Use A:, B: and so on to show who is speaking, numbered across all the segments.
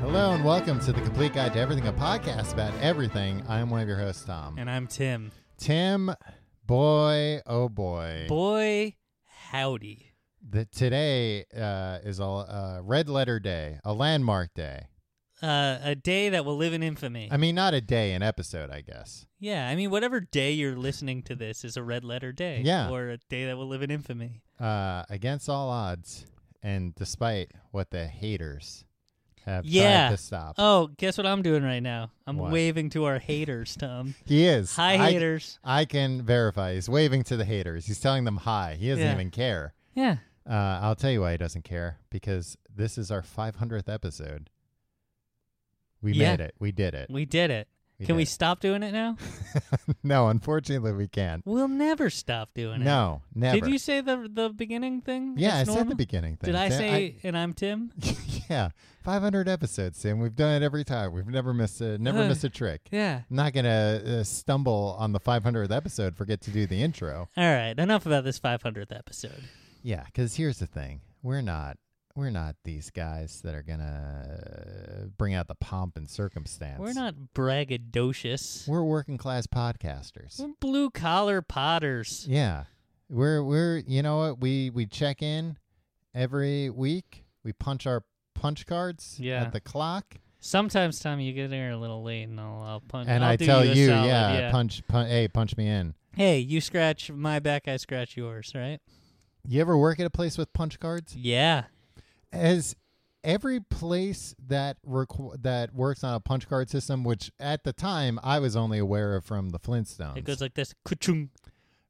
A: Hello and welcome to the Complete Guide to Everything, a podcast about everything. I'm one of your hosts, Tom.
B: And I'm Tim.
A: Tim, boy, oh boy.
B: Boy, howdy.
A: the, today uh, is a uh, red letter day, a landmark day.
B: Uh, a day that will live in infamy.
A: I mean, not a day, an episode, I guess.
B: yeah, I mean, whatever day you're listening to this is a red letter day.
A: Yeah.
B: Or a day that will live in infamy.
A: Uh, against all odds and despite what the haters have
B: yeah.
A: tried to stop.
B: Oh, guess what I'm doing right now? I'm
A: What?
B: waving to our haters, Tom.
A: He is.
B: Hi,
A: I-
B: haters.
A: I can verify. He's waving to the haters. He's telling them hi. He doesn't
B: Yeah.
A: even care.
B: Yeah.
A: Uh, I'll tell you why he doesn't care because this is our 500th episode. We
B: Yeah.
A: made it. We did it.
B: We did it.
A: We
B: Can
A: did
B: we
A: it.
B: stop doing it now?
A: no, unfortunately, we can't.
B: We'll never stop doing it.
A: No, never.
B: Did you say the the beginning thing?
A: Yeah, I
B: That's
A: said the
B: normal?
A: beginning thing.
B: Did I
A: Tim.
B: say, and I'm Tim?
A: yeah, 500 episodes, Tim. We've done it every time. We've never missed a never
B: Ugh.
A: missed a trick.
B: Yeah.
A: I'm not gonna uh, stumble on the 500th episode. Forget to do the intro.
B: All right. Enough about this 500th episode.
A: Yeah, because here's the thing: we're not we're not these guys that are gonna uh, bring out the pomp and circumstance.
B: We're not braggadocious.
A: We're working class podcasters.
B: We're blue collar potters.
A: Yeah, we're we're you know what we we check in every week. We punch our punch cards
B: Yeah.
A: at the clock,
B: Sometimes, Tom, you get here a little late, and I'll, I'll punch.
A: and
B: I'll
A: I
B: do
A: tell
B: you, a
A: you,
B: solid,
A: yeah, punch, punch, hey, punch me in.
B: hey, you scratch my back, I scratch yours, right?
A: You ever work at a place with punch cards?
B: Yeah,
A: As every place that requ- that works on a punch card system, which at the time I was only aware of from the Flintstones.
B: it goes like this. Ka-chung.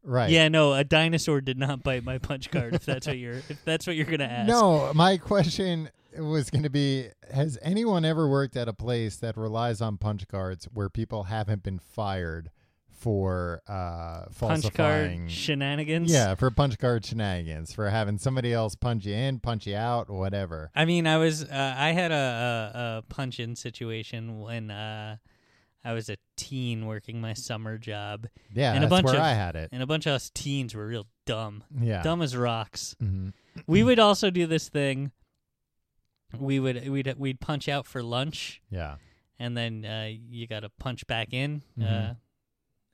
A: right.
B: Yeah, no, a dinosaur did not bite my punch card. if that's what you're, if that's what you're gonna ask.
A: No, my question was going to be Has anyone ever worked at a place that relies on punch cards where people haven't been fired for uh,
B: punch
A: falsifying?
B: card shenanigans.
A: yeah, for punch card shenanigans, for having somebody else punch you in, punch you out, whatever.
B: I mean, I was, uh, I had a, a, a punch in situation when uh, I was a teen working my summer job,
A: Yeah,
B: And a
A: that's
B: bunch
A: where
B: of-
A: I had it.
B: and a bunch of us teens were real dumb,
A: Yeah.
B: dumb as rocks.
A: Mhm.
B: we would also do this thing. We would we'd we'd punch out for lunch,
A: Yeah.
B: and then uh, you got to punch back in uh,
A: Mhm.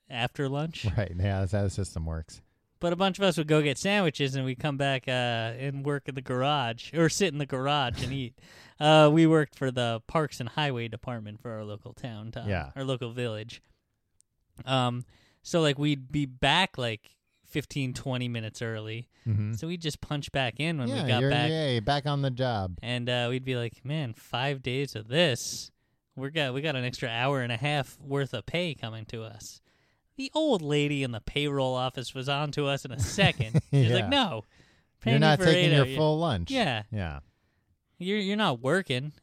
B: after lunch.
A: Right. Yeah, that's how the system works.
B: But a bunch of us would go get sandwiches, and we come back uh, and work in the garage or sit in the garage and eat. Uh, we worked for the Parks and Highway Department for our local town, Tom,
A: Yeah.
B: our local village. Um, so like we'd be back like 15, 20 minutes early,
A: Mm-hmm.
B: so we'd just punch back in when
A: yeah,
B: we got
A: you're,
B: back.
A: yay, back on the job.
B: and uh, we'd be like, "Man, five days of this, we got we got an extra hour and a half worth of pay coming to us." The old lady in the payroll office was on to us in a second. She's
A: Yeah.
B: like, "No,
A: you're
B: paying you
A: not
B: for
A: taking
B: eight
A: your
B: hours-
A: full lunch.
B: Yeah,
A: Yeah.
B: you're you're not working.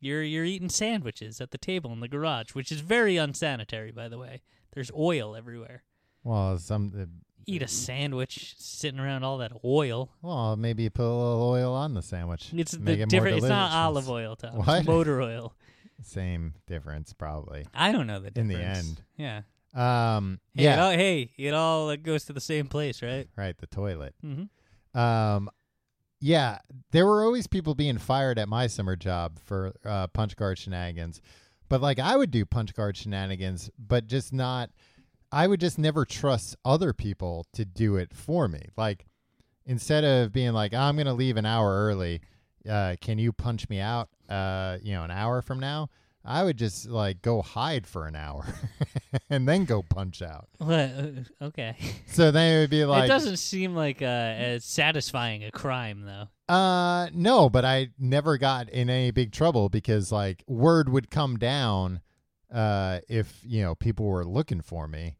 B: You're you're eating sandwiches at the table in the garage, which is very unsanitary, by the way. There's oil everywhere.
A: Well, some
B: Eat a sandwich sitting around all that oil.
A: Well, maybe put a little oil on the sandwich.
B: It's the
A: Make it more
B: different. It's not
A: delicious.
B: olive oil, Tom.
A: What?
B: It's motor oil.
A: Same difference, probably.
B: I don't know the
A: In
B: difference.
A: the end.
B: yeah.
A: Um,
B: Hey, It
A: yeah,
B: all, hey, it all uh, goes to the same place, right?
A: right. The toilet.
B: Mm-hmm.
A: Um, yeah, there were always people being fired at my summer job for uh, punch card shenanigans, but like I would do punch card shenanigans, but just not. I would just never trust other people to do it for me. Like instead of being like, "Oh, I'm gonna leave an hour early, uh, can you punch me out? Uh, you know, an hour from now. I would just like go hide for an hour and then go punch out.
B: What? Uh, Okay.
A: So then it would be like
B: it doesn't seem like uh, as satisfying a crime though.
A: Uh, no, but I never got in any big trouble because like word would come down, uh, if you know people were looking for me,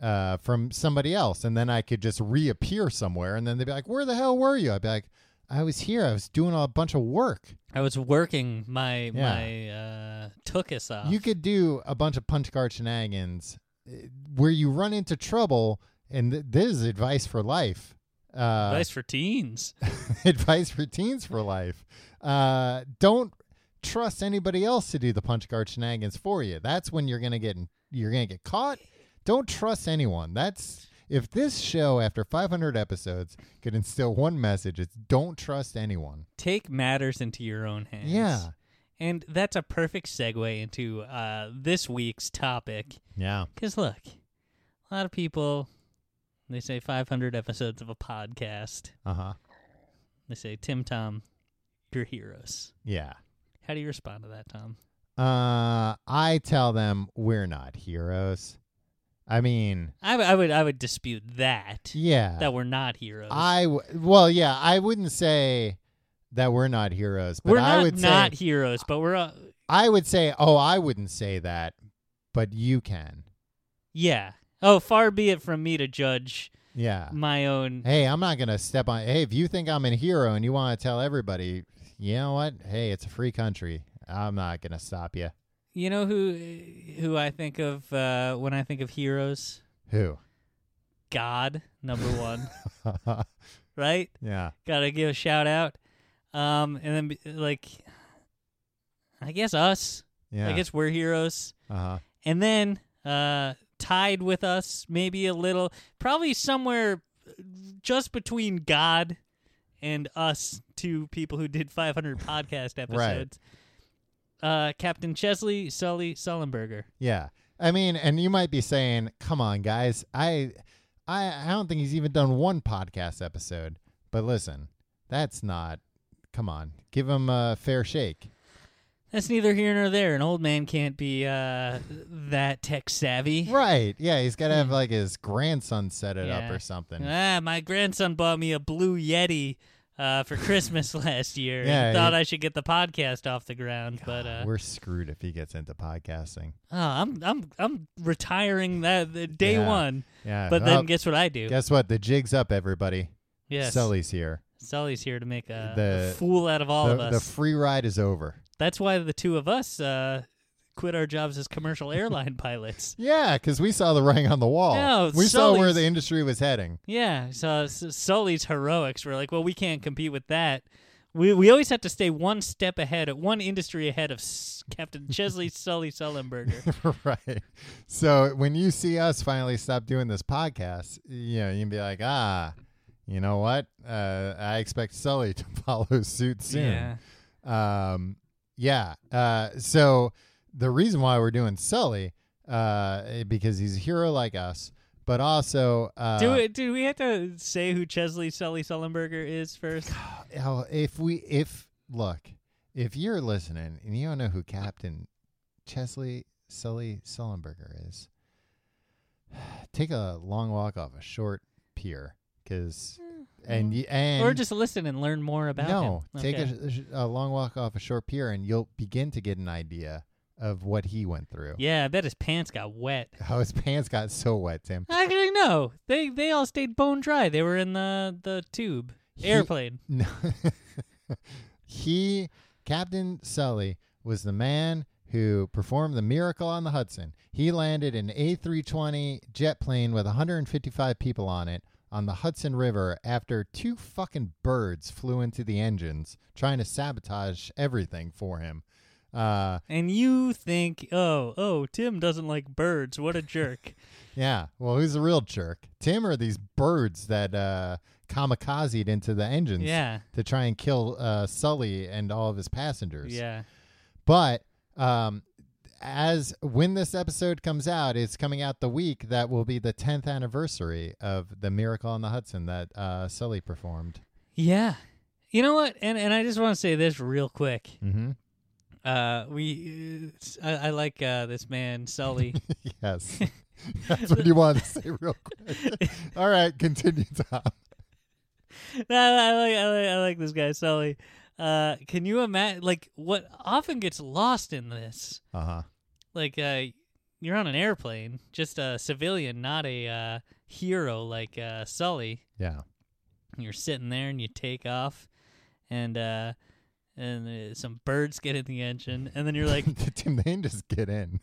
A: uh, from somebody else, and then I could just reappear somewhere, and then they'd be like, "Where the hell were you?" I'd be like, "I was here. I was doing a bunch of work."
B: I was working
A: Yeah.
B: my my uh, tuchus off.
A: You could do a bunch of punch card shenanigans eh, where you run into trouble, and th- this is advice for life. Uh,
B: Advice for teens.
A: advice for teens for life. Uh, don't trust anybody else to do the punch guard shenanigans for you. That's when you're gonna get you're gonna get caught. Don't trust anyone. That's if this show after 500 episodes could instill one message, it's don't trust anyone.
B: Take matters into your own hands.
A: Yeah.
B: And that's a perfect segue into uh, this week's topic.
A: Yeah.
B: Because look, a lot of people, they say 500 episodes of a podcast.
A: Uh huh.
B: They say, Tim, Tom, your heroes.
A: Yeah.
B: How do you respond to that, Tom?
A: Uh, I tell them we're not heroes. I mean,
B: I, w- I would I would dispute that
A: yeah.
B: that we're not heroes.
A: I w- well, yeah. I wouldn't say that we're not heroes, but
B: we're
A: I
B: not
A: would
B: not
A: say
B: heroes, but we're uh,
A: I would say, oh, I wouldn't say that, but you can.
B: yeah. Oh, far be it from me to judge
A: Yeah.
B: my own.
A: Hey, I'm not gonna step on. Hey, if you think I'm a hero and you want to tell everybody, you know what? Hey, it's a free country. I'm not gonna stop you.
B: You know who who I think of uh, when I think of heroes?
A: Who?
B: God number one, right?
A: yeah.
B: gotta give a shout out. Um, and then be- like, I guess us.
A: Yeah.
B: I guess we're heroes.
A: Uh-huh.
B: And then uh, tied with us, maybe a little, probably somewhere uh, just between God and us, two people who did 500 podcast episodes. Uh, Captain Chesley Sully Sullenberger.
A: Yeah. I mean, and you might be saying, "Come on, guys. I, I, I don't think he's even done one podcast episode." But listen, that's not. Come on, give him a fair shake.
B: That's neither here nor there. An old man can't be uh, that tech savvy.
A: Right. Yeah, he's got to have like his grandson set it up
B: Yeah.
A: or something.
B: Ah, my grandson bought me a blue Yeti uh, for Christmas last year.
A: Yeah,
B: and thought
A: yeah.
B: I should get the podcast off the ground, but uh,
A: We're screwed if he gets into podcasting.
B: oh, I'm I'm I'm retiring that the day
A: Yeah.
B: one.
A: Yeah.
B: But
A: well,
B: then guess what I do?
A: guess what? The jig's up, everybody.
B: yes,
A: Sully's here.
B: Sully's here to make a,
A: The-
B: a fool out of all
A: the,
B: of us.
A: the free ride is over.
B: That's why the two of us uh, quit our jobs as commercial airline pilots.
A: Yeah, because we saw the writing on the wall.
B: No,
A: we saw where
B: Sully's-
A: the industry was heading.
B: Yeah, so S- Sully's heroics were like, well, we can't compete with that. We we always have to stay one step ahead, one industry ahead of S- Captain Chesley Sully Sullenberger.
A: right. So when you see us finally stop doing this podcast, you know, you can be like, ah, you know what? Uh, I expect Sully to follow suit soon.
B: Yeah,
A: Um, yeah. Uh, so the reason why we're doing Sully, uh, because he's a hero like us, but also uh,
B: do it. Do we have to say who Chesley Sully Sullenberger is first?
A: hell, If we, if look, if you're listening and you don't know who Captain Chesley Sully Sullenberger is, take a long walk off a short pier, because and y- and
B: or just listen and learn more about
A: no,
B: him.
A: take
B: Okay.
A: a, sh- a long walk off a short pier, and you'll begin to get an idea of what he went through.
B: Yeah, I bet his pants got wet.
A: How his pants got so wet, Tim.
B: Actually, no. They they all stayed bone dry. They were in the the tube
A: He-
B: airplane.
A: No. he, Captain Sully, was the man who performed the miracle on the Hudson. He landed an A320 jet plane with 155 people on it on the Hudson River after two fucking birds flew into the engines trying to sabotage everything for him. Uh,
B: And you think, oh, oh, Tim doesn't like birds. What a jerk.
A: yeah. Well, who's the real jerk? Tim or these birds that uh, kamikazed into the engines?
B: yeah.
A: to try and kill uh, Sully and all of his passengers.
B: Yeah.
A: But um, as when this episode comes out, it's coming out the week that will be the 10th anniversary of the Miracle on the Hudson that uh, Sully performed.
B: Yeah. You know what? And and I just want to say this real quick.
A: Mm-hmm.
B: Uh, we, uh, I, I like uh, this man Sully.
A: yes. That's what you wanted to say real quick. All right, continue, Tom.
B: No, I, like, I like I like this guy Sully. Uh, can you imagine? Like what often gets lost in this?
A: Uh-huh.
B: Like uh, you're on an airplane, just a civilian, not a uh, hero like uh, Sully.
A: Yeah.
B: You're sitting there and you take off, and uh, and uh, some birds get in the engine, and then you're like,
A: Tim, they didn't just get in.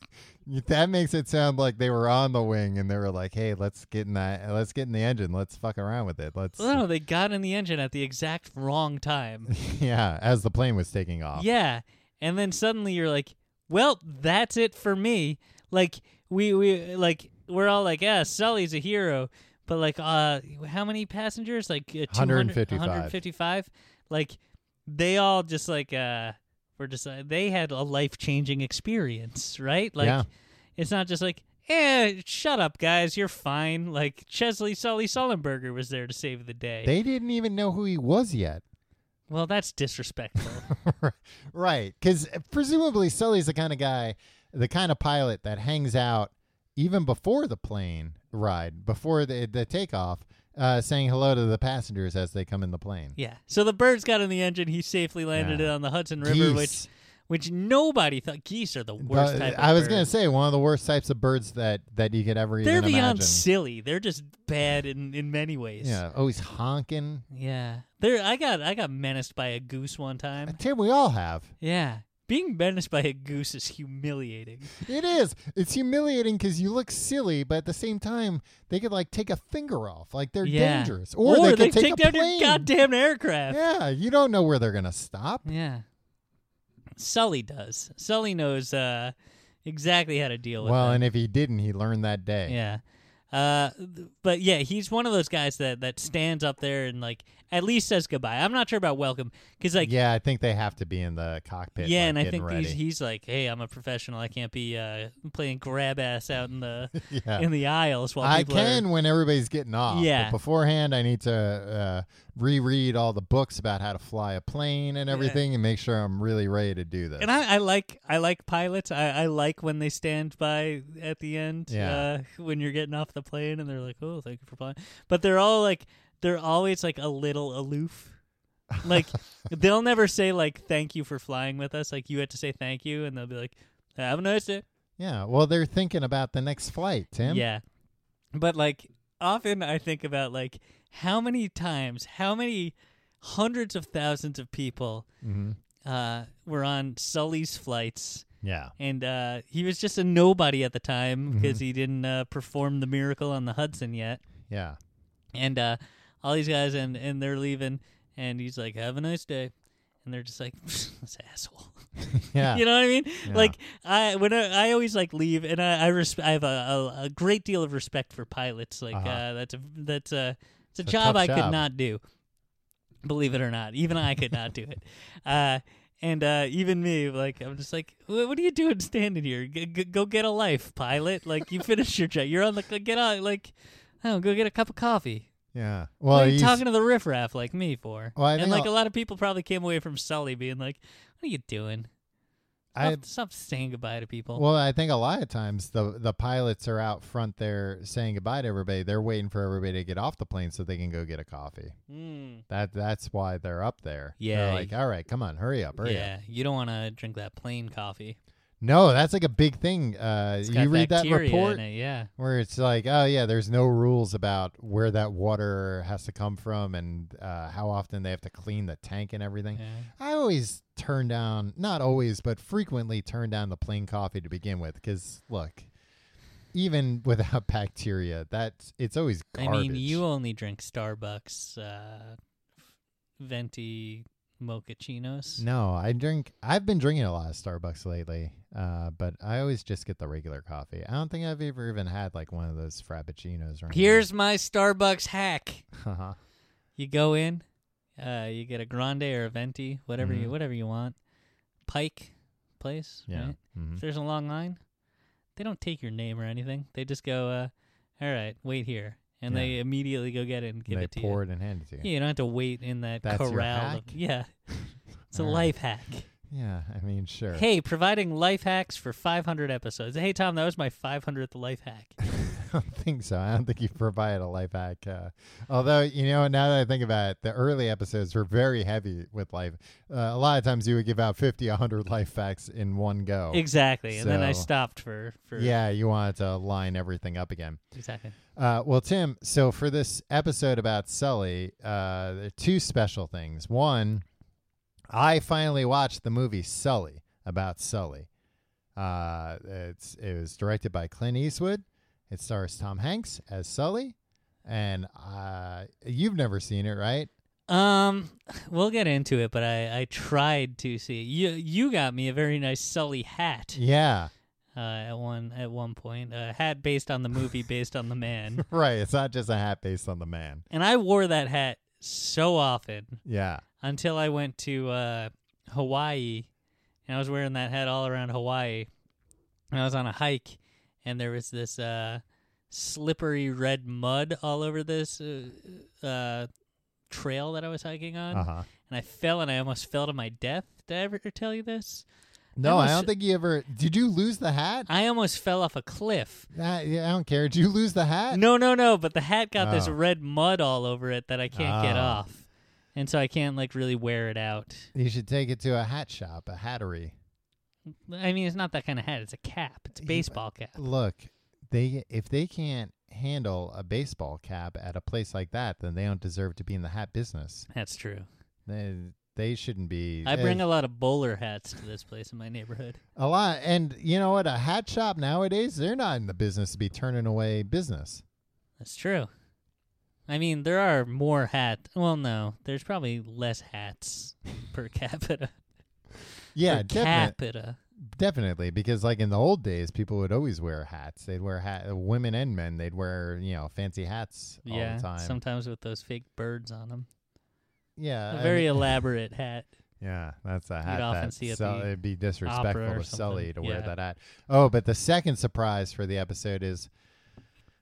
A: That makes it sound like they were on the wing and they were like, "Hey, let's get in that. Let's get in the engine. Let's fuck around with it. Let's."
B: well, "Oh, no, they got in the engine at the exact wrong time.
A: yeah, as the plane was taking off.
B: Yeah. And then suddenly you're like, well, that's it for me. Like we we like we're all like, yeah, Sully's a hero, but like uh how many passengers? Like uh, 200
A: 155.
B: 155? Like they all just like uh were just uh, they had a life-changing experience, right? Like
A: Yeah.
B: it's not just like Eh, shut up, guys. You're fine. Like Chesley Sully Sullenberger was there to save the day.
A: They didn't even know who he was yet.
B: well, that's disrespectful.
A: right. Because presumably Sully's the kind of guy, the kind of pilot that hangs out even before the plane ride, before the, the takeoff, uh, saying hello to the passengers as they come in the plane.
B: Yeah. So the birds got in the engine. He safely landed
A: Yeah.
B: it on the Hudson River,
A: Geese.
B: which which nobody thought geese are the worst
A: The-
B: type. Of
A: I was
B: bird.
A: gonna say one of the worst types of birds that that you could ever
B: they're
A: even
B: beyond
A: imagine.
B: silly. They're just bad in, in many ways.
A: Yeah, always honking.
B: Yeah. There. I got I got menaced by a goose one time.
A: Tim, we all have.
B: Yeah. Being menaced by a goose is humiliating.
A: It is. It's humiliating because you look silly, but at the same time, they could like take a finger off. Like they're
B: yeah.
A: dangerous, or, they could take,
B: take,
A: a
B: down
A: plane.
B: your goddamn aircraft.
A: yeah, you don't know where they're gonna stop.
B: Yeah. Sully does. Sully knows uh, exactly how to deal with
A: Well,
B: them.
A: and if he didn't, he learned that day.
B: Yeah. Uh, th- but yeah, he's one of those guys that that stands up there and like at least says goodbye. I'm not sure about welcome because like yeah,
A: yeah, I think they have to be in the cockpit. like,
B: and I
A: getting
B: think
A: ready.
B: he's he's like, hey, I'm a professional. I can't be uh playing grab ass out in the
A: Yeah.
B: in the aisles while
A: I
B: people are-
A: can when everybody's getting off.
B: Yeah.
A: But beforehand, I need to uh, reread all the books about how to fly a plane and everything, and make sure I'm really ready to do this.
B: And I, I like I like pilots. I, I like when they stand by at the end
A: Yeah.
B: uh, when you're getting off the plane and they're like, "Oh, thank you for flying," but they're all like they're always like a little aloof. Like they'll never say like "Thank you for flying with us." Like you had to say thank you, and they'll be like, "Have a nice day."
A: yeah. Well, they're thinking about the next flight, Tim.
B: Yeah. But like often I think about like how many times, how many hundreds of thousands of people
A: Mhm.
B: uh, were on Sully's flights
A: Yeah.
B: and uh, he was just a nobody at the time because he didn't uh, perform the miracle on the Hudson yet.
A: Yeah.
B: And uh, all these guys, and and they're leaving, and he's like, "Have a nice day," and they're just like, "This asshole."
A: Yeah.
B: You know what I mean?
A: Yeah.
B: Like I when I, I always like leave, and I I, resp- I have a, a, a great deal of respect for pilots. Like
A: Uh-huh.
B: uh that's a that's a it's a
A: It's a
B: job
A: tough
B: I could
A: job.
B: not do. Believe it or not, even I could not do it. Uh, and uh, even me, like I'm just like, "Wha- what are you doing standing here? G- g- go get a life, pilot. Like you finished your job. You're on the get out. Like oh, go get a cup of coffee.
A: yeah.
B: What
A: Well,
B: are you
A: he's,
B: talking to the riffraff like me for?
A: Well, I
B: and
A: think
B: like
A: I'll-
B: a lot of people probably came away from Sully being like, what are you doing?
A: I,
B: Stop, stop saying goodbye to people.
A: well, I think a lot of times the the pilots are out front there saying goodbye to everybody. They're waiting for everybody to get off the plane so they can go get a coffee.
B: Mm.
A: That that's why they're up there.
B: Yeah.
A: They're like, all right, come on, hurry up, hurry up.
B: Yeah, you don't want to drink that plain coffee.
A: No, that's like a big thing. Uh,
B: It's got
A: you read that
B: bacteria in
A: report
B: it, yeah,
A: where it's like, oh yeah, there's no rules about where that water has to come from and uh, how often they have to clean the tank and everything.
B: yeah.
A: I always turn down, not always, but frequently turn down the plain coffee to begin with, because look, even without bacteria, that's it's always
B: I
A: garbage.
B: mean, you only drink Starbucks uh, venti mochaccinos.
A: No, I drink. I've been drinking a lot of Starbucks lately, uh, but I always just get the regular coffee. I don't think I've ever even had like one of those frappuccinos. Or anything.
B: Here's my Starbucks hack.
A: Uh-huh.
B: You go in, uh, you get a grande or a venti, whatever you
A: Mhm.
B: whatever you want. Pike place,
A: Yeah.
B: right?
A: Mhm.
B: If there's a long line, they don't take your name or anything. They just go, uh, "All right, wait here," and
A: Yeah.
B: they immediately go get it and give
A: they
B: it to you.
A: pour it and hand it to you.
B: Yeah, you don't have to wait in that
A: That's your
B: corral. of-
A: hack?
B: yeah, it's a
A: All right.
B: life hack.
A: Yeah, I mean, sure.
B: Hey, providing life hacks for 500 episodes. Hey, Tom, that was my 500th life hack.
A: I don't think so. I don't think you provided a life hack. Uh, although, you know, now that I think about it, the early episodes were very heavy with life. Uh, a lot of times you would give out 50, 100 life hacks in one go.
B: Exactly. And then I
A: Oh, So-
B: stopped for. for
A: Yeah, you wanted to line everything up again.
B: Exactly.
A: Uh, well, Tim, so for this episode about Sully, uh, there are two special things. One, I finally watched the movie Sully about Sully. Uh, it's it was directed by Clint Eastwood. It stars Tom Hanks as Sully, and uh, you've never seen it, right?
B: Um, we'll get into it, but I, I tried to see. You you got me a very nice Sully hat
A: Yeah,
B: uh, at one at one point. A hat based on the movie, based on the man.
A: right. It's not just a hat based on the man.
B: And I wore that hat so often
A: Yeah,
B: until I went to uh, Hawaii, and I was wearing that hat all around Hawaii. And I was on a hike, and there was this uh, slippery red mud all over this uh, uh, trail that I was hiking on,
A: uh huh.
B: and I fell, and I almost fell to my death. Did I ever tell you this?
A: No, I
B: was-
A: don't think you ever. Did you lose the hat?
B: I almost fell off a cliff.
A: Nah, yeah, I don't care. Did you lose the hat?
B: No, no, no. But the hat got this
A: Oh.
B: red mud all over it that I can't get
A: Ah.
B: off, and so I can't like really wear it out.
A: You should take it to a hat shop, a hattery.
B: I mean, it's not that kind of hat. It's a cap. It's a
A: Yeah,
B: baseball cap.
A: Look, they if they can't handle a baseball cap at a place like that, then they don't deserve to be in the hat business.
B: That's true.
A: They, they shouldn't be.
B: I bring
A: eh,
B: a lot of bowler hats to this place in my neighborhood.
A: a lot, and you know what? A hat shop nowadays, they're not in the business to be turning away business.
B: That's true. I mean, there are more hat. Well, no, there's probably less hats per capita.
A: Yeah,
B: per
A: definitely,
B: capita.
A: definitely, because like in the old days, people would always wear hats. They'd wear hat, women and men. They'd wear you know fancy hats all
B: yeah,
A: the time.
B: sometimes with those fake birds on them.
A: yeah,
B: a
A: I
B: very
A: mean-
B: elaborate hat.
A: Yeah, that's a hat.
B: often
A: that
B: see at
A: Sul-
B: the
A: it'd be
B: opera
A: disrespectful
B: or
A: to Sully
B: something.
A: to wear
B: Yeah.
A: that hat. Oh, but the second surprise for the episode is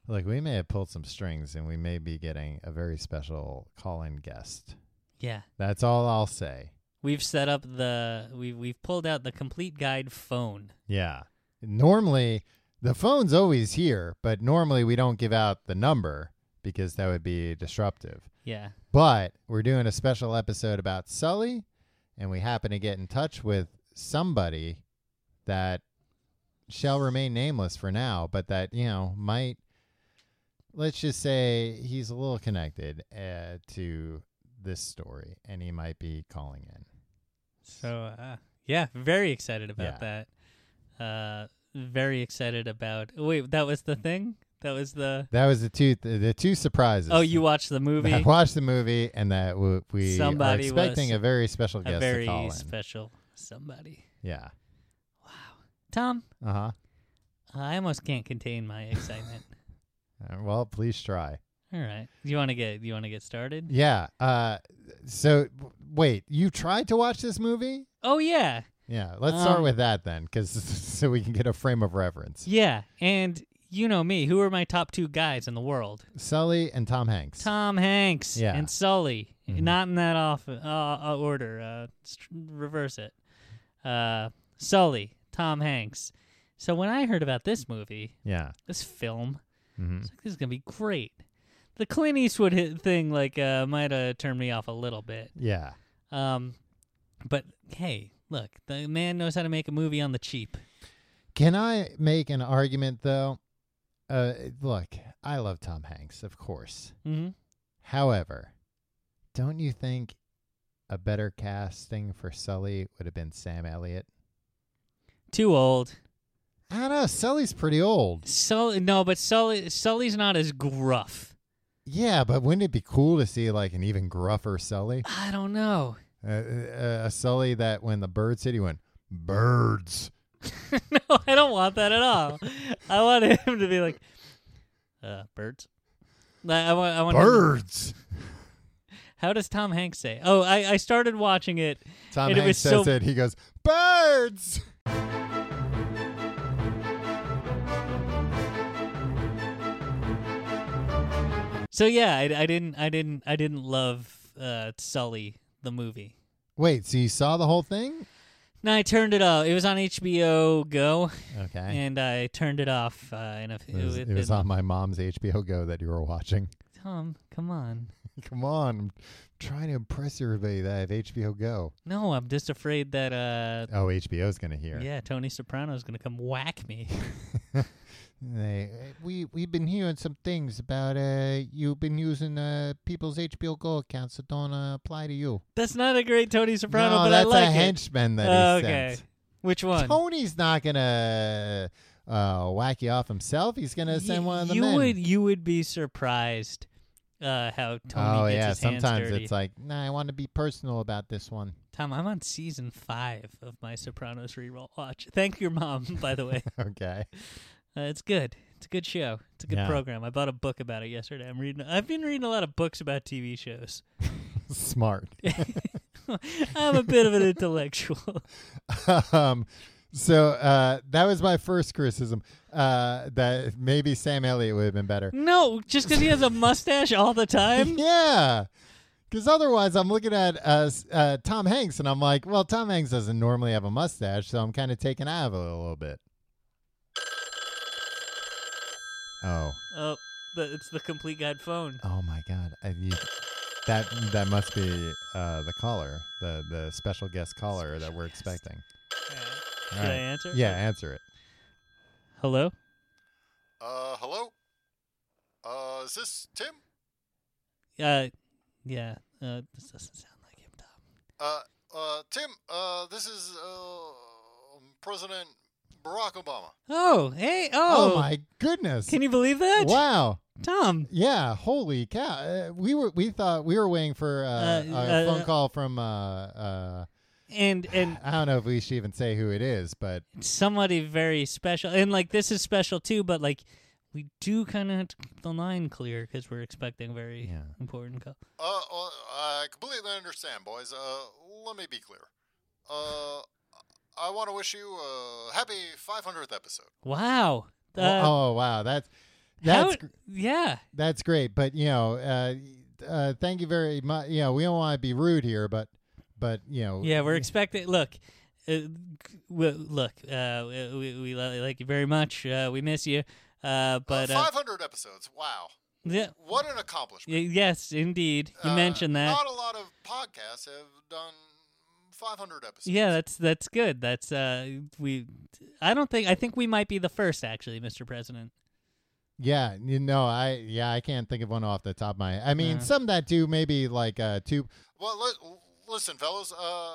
A: like we may have pulled some strings and we may be getting a very special call in guest.
B: Yeah,
A: That's all I'll say.
B: we've set up the we we've pulled out the complete guide phone.
A: Yeah. Normally, the phone's always here, but normally we don't give out the number because that would be disruptive.
B: Yeah,
A: But we're doing a special episode about Sully, and we happen to get in touch with somebody that shall remain nameless for now, but that, you know, might, let's just say he's a little connected uh, to this story, and he might be calling in.
B: So uh, yeah, very excited about
A: Yeah.
B: that. Uh, very excited about. Wait, that was the thing. That was the.
A: That was the two the, two surprises.
B: Oh, you watched the
A: I
B: movie.
A: watched the movie, and that we, we are
B: Somebody was
A: expecting a very special guest
B: A
A: to call
B: very
A: in.
B: special somebody.
A: yeah.
B: Tom,
A: Uh huh.
B: I almost can't contain my excitement.
A: Uh, Well, please try.
B: All right, do you want to get? Do you want to get started?
A: Yeah. Uh, so w- wait, you tried to watch this movie?
B: Oh yeah,
A: Yeah. Let's start
B: Um,
A: with that then, because so we can get a frame of reference.
B: yeah. And you know me. Who are my top two guys in the world?
A: Sully and Tom Hanks.
B: Tom Hanks
A: Yeah.
B: and Sully.
A: Mhm.
B: Not in that off uh, uh, order. Uh, st- reverse it. Uh, Sully, Tom Hanks. So when I heard about this movie,
A: Yeah.
B: this film,
A: hmm
B: I was like, this is gonna be great. The Clint Eastwood hit thing, like, uh, might have turned me off a little bit.
A: Yeah.
B: Um, but hey, look, the man knows how to make a movie on the cheap.
A: Can I make an argument though? Uh, look, I love Tom Hanks, of course.
B: Mm-hmm.
A: However, don't you think a better casting for Sully would have been Sam Elliott?
B: Too old.
A: I don't know. Sully's pretty old.
B: Sully, no, but Sully, Sully's not as gruff.
A: Yeah, but wouldn't it be cool to see like an even gruffer Sully?
B: I don't know.
A: Uh, uh, a Sully that when the birds hit, he went birds.
B: no, I don't want that at all. I want him to be like, uh, birds. Like, I want. I want him-
A: Birds.
B: how does Tom Hanks say? Oh, I, I started watching it.
A: Tom
B: And it
A: Hanks
B: was
A: says
B: so-
A: it. He goes birds.
B: So yeah, I, I didn't, I didn't, I didn't love uh, Sully the movie.
A: Wait, so you saw the whole thing?
B: No, I turned it off. It was on HBO Go,
A: Okay.
B: and I turned it off. Uh, and if,
A: it was,
B: it-
A: it was
B: it-
A: on my mom's HBO Go that you were watching.
B: Tom, come on.
A: Come on, I'm trying to impress everybody that I have HBO Go.
B: No, I'm just afraid that uh,
A: Oh, HBO's gonna hear.
B: yeah, Tony Soprano's gonna come whack me.
A: They, we we've been hearing some things about uh you've been using uh people's HBO Go accounts that don't uh, apply to you.
B: That's not a great Tony Soprano,
A: no,
B: but
A: that's
B: I
A: a
B: like it.
A: henchman that
B: Oh,
A: he
B: okay.
A: sent.
B: Which one?
A: Tony's not gonna uh whack you off himself. He's gonna send
B: Y-
A: one of the
B: you
A: men.
B: would you would be surprised uh, how Tony
A: oh
B: gets
A: yeah,
B: his hands
A: sometimes
B: dirty.
A: it's like, nah, I want to be personal about this one.
B: Tom, I'm on season five of my Sopranos reroll watch. Thank your mom, by the way.
A: okay.
B: Uh, it's good. It's a good show. It's a good
A: Yeah.
B: program. I bought a book about it yesterday. I'm reading. I've been reading a lot of books about TV shows.
A: Smart.
B: I'm a bit of an intellectual.
A: um, so uh, that was my first criticism. Uh, that maybe Sam Elliott would have been better.
B: no, just because he has a mustache all the time.
A: yeah, because otherwise I'm looking at uh, s- uh, Tom Hanks and I'm like, well, Tom Hanks doesn't normally have a mustache, so I'm kind of taken out of it a little bit. Oh,
B: Oh, the, it's the complete guide phone.
A: oh my God! I, you, that that must be uh, the caller, the the special guest caller that we're expecting.
B: Uh,
A: All
B: should I
A: right.
B: answer?
A: Yeah, answer it.
B: Hello.
A: Uh, hello. Uh, is this Tim?
B: Uh, yeah. Uh, this doesn't sound like him, Tom.
C: Uh, uh, Tim, uh, this is uh, President Barack Obama.
B: Oh, hey. Oh,
A: Oh, my goodness!
B: Can you believe that,
A: wow.
B: Tom?
A: Yeah, holy cow! Uh, we were we thought we were waiting for uh,
B: Uh,
A: a
B: uh,
A: phone
B: uh,
A: call from uh, uh,
B: And and
A: I don't know if we should even say who it is, but
B: somebody very special. And like this is special too, but like we do kind of have to keep the line clear because we're expecting a very
A: Yeah.
B: important call.
C: Uh, uh, I completely understand, boys. Uh, let me be clear. Uh, I want to wish you a happy 500th episode.
B: Wow. Uh,
A: oh wow, that's
B: how-
A: that's gr-
B: yeah.
A: that's great. But you know, uh, uh, thank you very much. You know, we don't want to be rude here, but but you know,
B: Yeah, we're expecting. Look, uh, g- we, look, uh, we, we- we li- like you very much. Uh, we miss you, uh, but
A: Oh,
C: uh,
B: uh,
C: 500 episodes. Wow,
B: yeah,
C: what an accomplishment!
B: y- yes, indeed, you
C: Uh,
B: mentioned that.
C: Not a lot of podcasts have done 500 episodes.
B: Yeah, that's that's good. That's uh, we. I don't think I think we might be the first, actually, Mr. President.
A: Yeah, you know, I yeah, I can't think of one off the top of my. I mean,
B: Uh.
A: some that do maybe like uh, two.
C: Well, li- listen, fellas. Uh,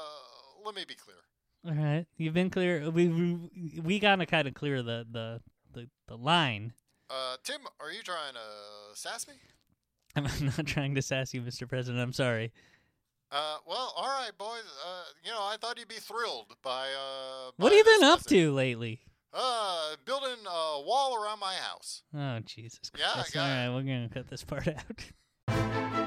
C: let me be clear.
B: All right, you've been clear. We we, we gotta kind of clear the the the, the line.
C: Uh, Tim, are you trying to sass me?
B: I'm not trying to sass you, Mr. President. I'm sorry.
C: Uh, well, all right, boys. Uh, you know, I thought you'd be thrilled by. Uh,
B: What
C: by
B: have you
C: this
B: been up
C: message.
B: to lately?
C: Uh, building a wall around my house.
B: Oh Jesus!
C: Yeah, I
B: Christ.
C: got
B: All
C: it.
B: right, we're gonna cut this part out.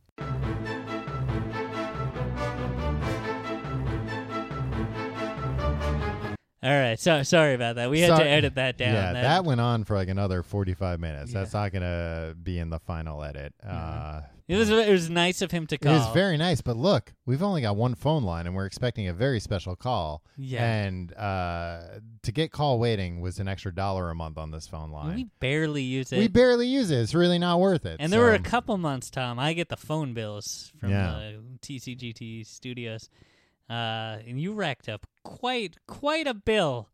B: All right. So sorry about that. We had to
A: Sorry.
B: edit that down.
A: Yeah, that, went on for like another 45 minutes. That's not going to be in the final edit. Uh,
B: it was it was nice of him to
A: it
B: call.
A: is very nice, but look, we've only got one phone line and we're expecting a very special call.
B: Yeah.
A: And uh, to get call waiting was an extra dollar a month on this phone line.
B: We barely use it.
A: We barely use it. It's really not worth it.
B: And there were a
A: so-
B: couple months, Tom. I get the phone bills from
A: Yeah.
B: uh, TCGT Studios, uh, and you racked up quite quite a bill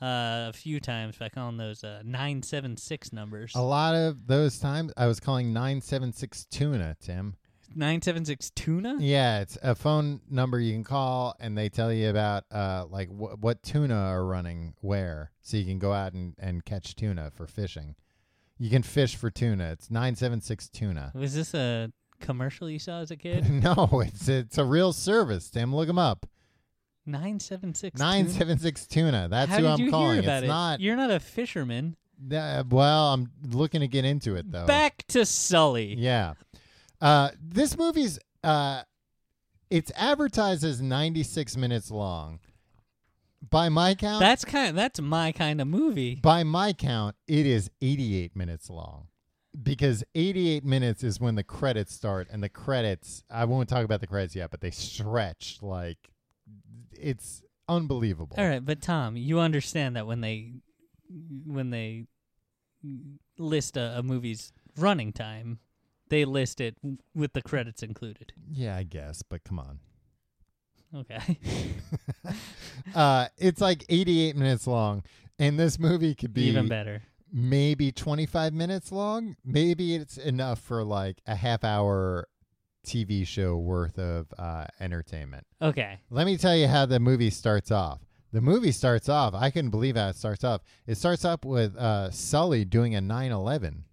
B: uh, a few times by calling those uh, nine seven six numbers.
A: A lot of those times I was calling 976 tuna, Tim.
B: Nine seven six tuna.
A: Yeah, it's a phone number you can call and they tell you about uh like wh- what tuna are running where so you can go out and and catch tuna for fishing. You can fish for tuna. It's 976 tuna.
B: Was this a commercial you saw as a kid?
A: no, it's it's a real service, Tim. Look them up.
B: Nine seven six.
A: 976 tuna. That's
B: How
A: who
B: did
A: I'm
B: you
A: calling.
B: Hear about
A: it's
B: it?
A: not
B: You're not a fisherman.
A: uh, well, I'm looking to get into it though.
B: Back to Sully.
A: Yeah. Uh, this movie's uh, it's advertised as 96 minutes long. By my count,
B: That's kind. that's my kind of movie.
A: by my count, it is 88 minutes long. Because 88 minutes is when the credits start and the credits, I won't talk about the credits yet, but they stretch like it's unbelievable.
B: All right, but Tom, you understand that when they when they list a, a movie's running time, they list it w- with the credits included.
A: Yeah, I guess, but come on.
B: Okay.
A: Uh, it's like 88 minutes long and this movie could be
B: Even better.
A: maybe 25 minutes long. Maybe it's enough for like a half hour TV show worth of uh, entertainment.
B: Okay.
A: Let me tell you how the movie starts off. The movie starts off, I couldn't believe how it starts off. It starts up with uh, Sully doing a 9 11.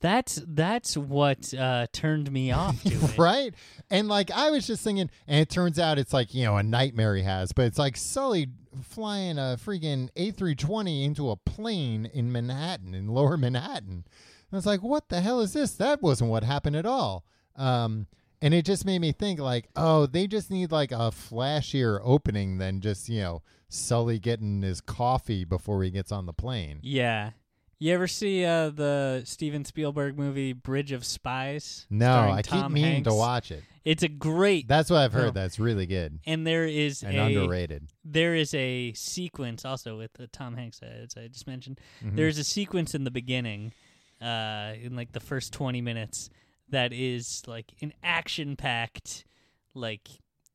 B: That's that's what uh, turned me off to it.
A: Right? And like, I was just thinking, and it turns out it's like, you know, a nightmare he has, but it's like Sully flying a freaking A320 into a plane in Manhattan, in lower Manhattan. And I was like, what the hell is this? That wasn't what happened at all. Um, and it just made me think, like, oh, they just need like a flashier opening than just, you know, Sully getting his coffee before he gets on the plane.
B: Yeah. You ever see uh, the Steven Spielberg movie Bridge of Spies?
A: No,
B: starring
A: I keep
B: Tom
A: meaning
B: Hanks?
A: to watch it.
B: It's a great
A: That's what I've heard.
B: No.
A: That's really good
B: and there is
A: and
B: a
A: underrated.
B: there is a sequence also with uh, Tom Hanks, uh, as I just mentioned.
A: Mm-hmm.
B: There's a sequence in the beginning, uh, in like the first 20 minutes, that is like an action packed, like,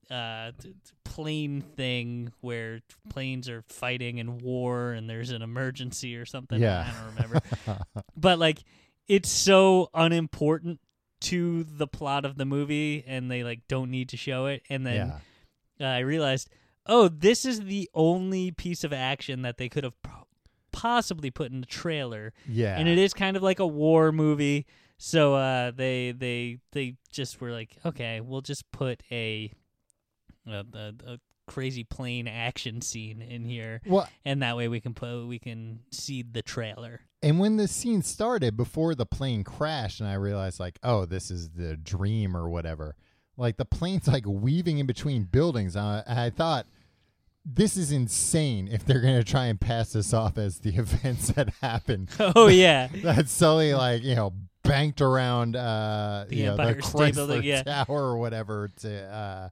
B: uh, t- t- plane thing where planes are fighting in war and there's an emergency or something.
A: Yeah.
B: I don't remember. but like, it's so unimportant to the plot of the movie and they like don't need to show it. And then
A: yeah.
B: uh, I realized, oh, this is the only piece of action that they could have po- possibly put in the trailer,
A: Yeah.
B: and it is kind of like a war movie. So uh, they they they just were like, okay, we'll just put a a, a, a crazy plane action scene in here,
A: Well,
B: and that way we can put we can seed the trailer.
A: and when the scene started before the plane crashed, and I realized like, oh, this is the dream or whatever. Like the plane's like weaving in between buildings. I, I thought this is insane if they're gonna try and pass this off as the events that happened.
B: Oh yeah,
A: that Sully like you know banked around uh
B: The
A: you know, the
B: Empire State
A: Chrysler
B: Building, yeah.
A: Tower or whatever to uh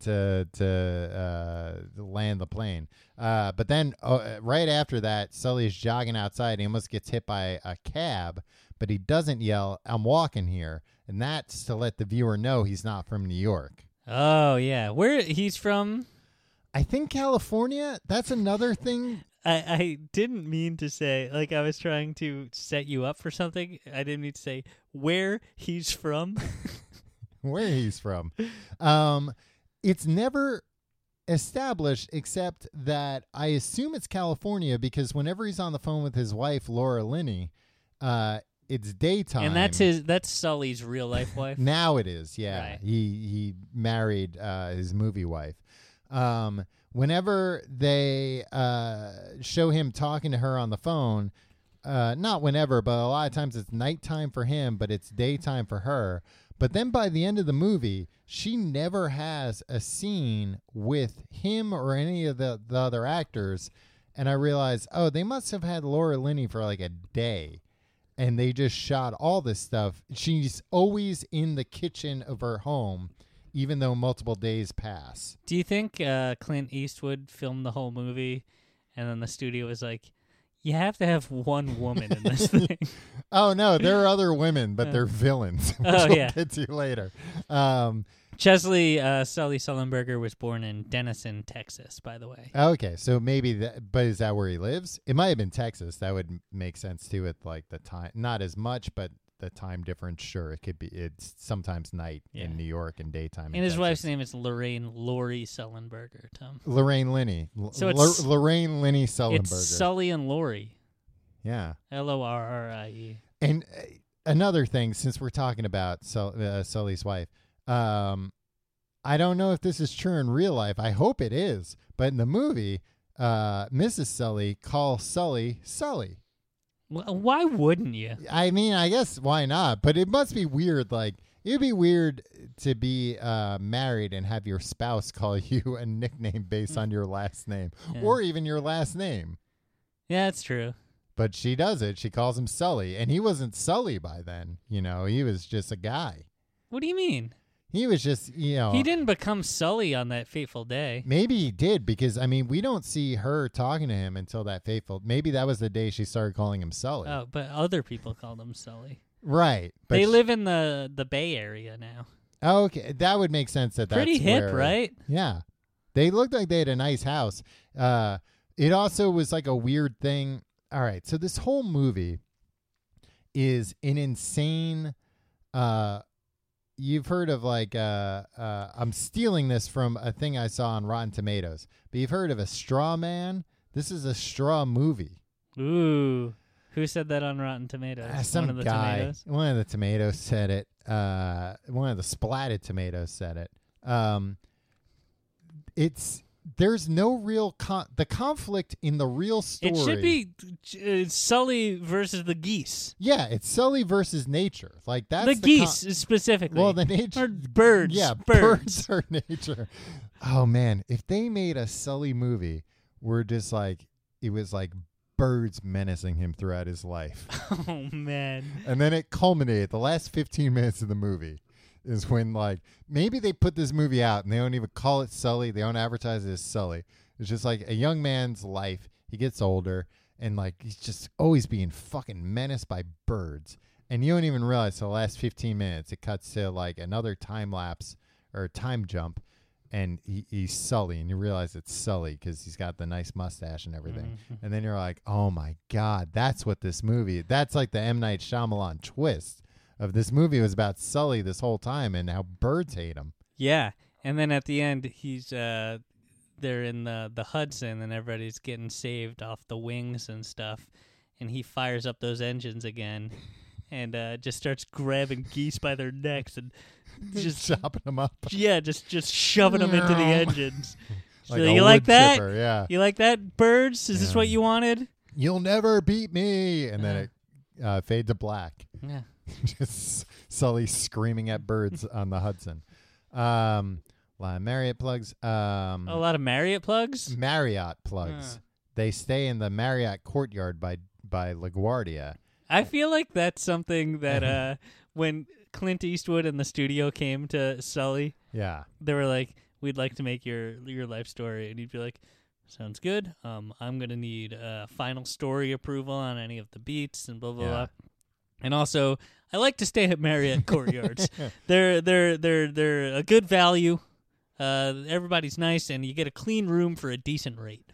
A: to to uh land the plane. Uh but then uh, right after that Sully's jogging outside and he almost gets hit by a cab, but he doesn't yell I'm walking here and that's to let the viewer know he's not from New York.
B: oh yeah. Where he's from,
A: I think California, that's another thing.
B: I, I didn't mean to say like I was trying to set you up for something. I didn't mean to say where he's from.
A: where he's from. Um, it's never established except that I assume it's California because whenever he's on the phone with his wife Laura Linney, uh, it's daytime,
B: And that's his that's Sully's real life wife.
A: Now it is, yeah.
B: Right.
A: He he married uh, his movie wife. Um, whenever they uh, show him talking to her on the phone, uh, not whenever, but a lot of times it's nighttime for him, but it's daytime for her. But then by the end of the movie, she never has a scene with him or any of the, the other actors. And I realized, oh, they must have had Laura Linney for like a day and they just shot all this stuff. She's always in the kitchen of her home, even though multiple days pass.
B: Do you think uh, Clint Eastwood filmed the whole movie and then the studio was like, You have to have one woman in this thing?
A: Oh no, there are other women, but they're villains. Which
B: Oh,
A: we'll
B: yeah.
A: get to later. Um,
B: Chesley uh, Sully Sullenberger was born in Denison, Texas, by the way.
A: okay, so maybe that, but is that where he lives? It might have been Texas. That would m- make sense too. With like the time, not as much, but the time difference. Sure, it could be. It's sometimes night
B: Yeah.
A: in New York and daytime. in
B: And his
A: Texas.
B: wife's name is Lorraine Lori Sullenberger, Tom.
A: Lorraine Linney. L- Lor-
B: So it's-
A: Lorraine Linney Sullenberger.
B: It's Sully and Lori.
A: yeah.
B: L O R R I E.
A: And uh, another thing, since we're talking about Sul- uh, Sully's wife, um, I don't know if this is true in real life. I hope it is, but in the movie, uh, Mrs. Sully calls Sully Sully.
B: Wh- Why wouldn't you?
A: I mean, I guess why not? But it must be weird. Like it'd be weird to be uh, married and have your spouse call you a nickname based on your last name
B: Yeah.
A: or even your last name.
B: Yeah, that's true.
A: But she does it. She calls him Sully, and he wasn't Sully by then. You know, he was just a guy.
B: What do you mean?
A: He was just, you know,
B: He didn't become Sully on that fateful day.
A: Maybe he did because I mean we don't see her talking to him until that fateful. Maybe that was the day she started calling him Sully.
B: Oh, but other people called him Sully.
A: right. But
B: they
A: she-
B: live in the the Bay Area now.
A: oh, okay, that would make sense. That
B: Pretty
A: that's
B: hip,
A: where-
B: right?
A: Yeah, they looked like they had a nice house. Uh, it also was like a weird thing. All right, so this whole movie is an insane. Uh, you've heard of like uh, uh, I'm stealing this from a thing I saw on Rotten Tomatoes, but you've heard of a straw man. This is a straw movie.
B: Ooh, who said that on Rotten Tomatoes?
A: Uh, some
B: One of the
A: guy,
B: tomatoes.
A: one of the tomatoes said it. Uh, one of the splatted tomatoes said it. Um, it's there's no real con- the conflict in the real story.
B: It should be uh, Sully versus the geese.
A: yeah, it's Sully versus nature. Like that's
B: the
A: the
B: geese
A: con-
B: specifically.
A: well, the nature
B: Or birds.
A: Yeah,
B: birds.
A: are nature. Oh man, if they made a Sully movie, where just like it was like birds menacing him throughout his life.
B: oh man.
A: and then it culminated the last 15 minutes of the movie is when like maybe they put this movie out and they don't even call it sully they don't advertise it as sully it's just like a young man's life he gets older and like he's just always being fucking menaced by birds and you don't even realize the last 15 minutes it cuts to like another time lapse or time jump and he, he's sully and you realize it's sully because he's got the nice mustache and everything and then you're like, oh my God, that's what this movie, that's like the M. Night Shyamalan twist of this movie was about Sully this whole time and how birds hate him.
B: Yeah, and then at the end, he's uh, they're in the the Hudson, and everybody's getting saved off the wings and stuff, and he fires up those engines again, and uh, just starts grabbing geese by their necks and just
A: Chopping him up.
B: yeah, just just shoving them into the engines. She's like,
A: a
B: you like
A: wood
B: that?
A: chipper, Yeah.
B: You like that, birds? Is this
A: Yeah.
B: what you wanted?
A: You'll never beat me. And then it uh, fades to black.
B: Yeah.
A: Just Sully screaming at birds on the Hudson. Um, Lime Marriott plugs. Um,
B: A lot of Marriott plugs.
A: Mm. Marriott plugs.
B: Huh.
A: They stay in the Marriott courtyard by by LaGuardia.
B: I feel like that's something that uh, when Clint Eastwood and the studio came to Sully,
A: Yeah.
B: they were like, "We'd like to make your your life story," and he'd be like, "Sounds good. Um, I'm gonna need uh, final story approval on any of the beats and blah blah
A: Yeah.
B: blah." And also, I like to stay at Marriott Courtyards. they're they're they're they're a good value. Uh, everybody's nice, and you get a clean room for a decent rate.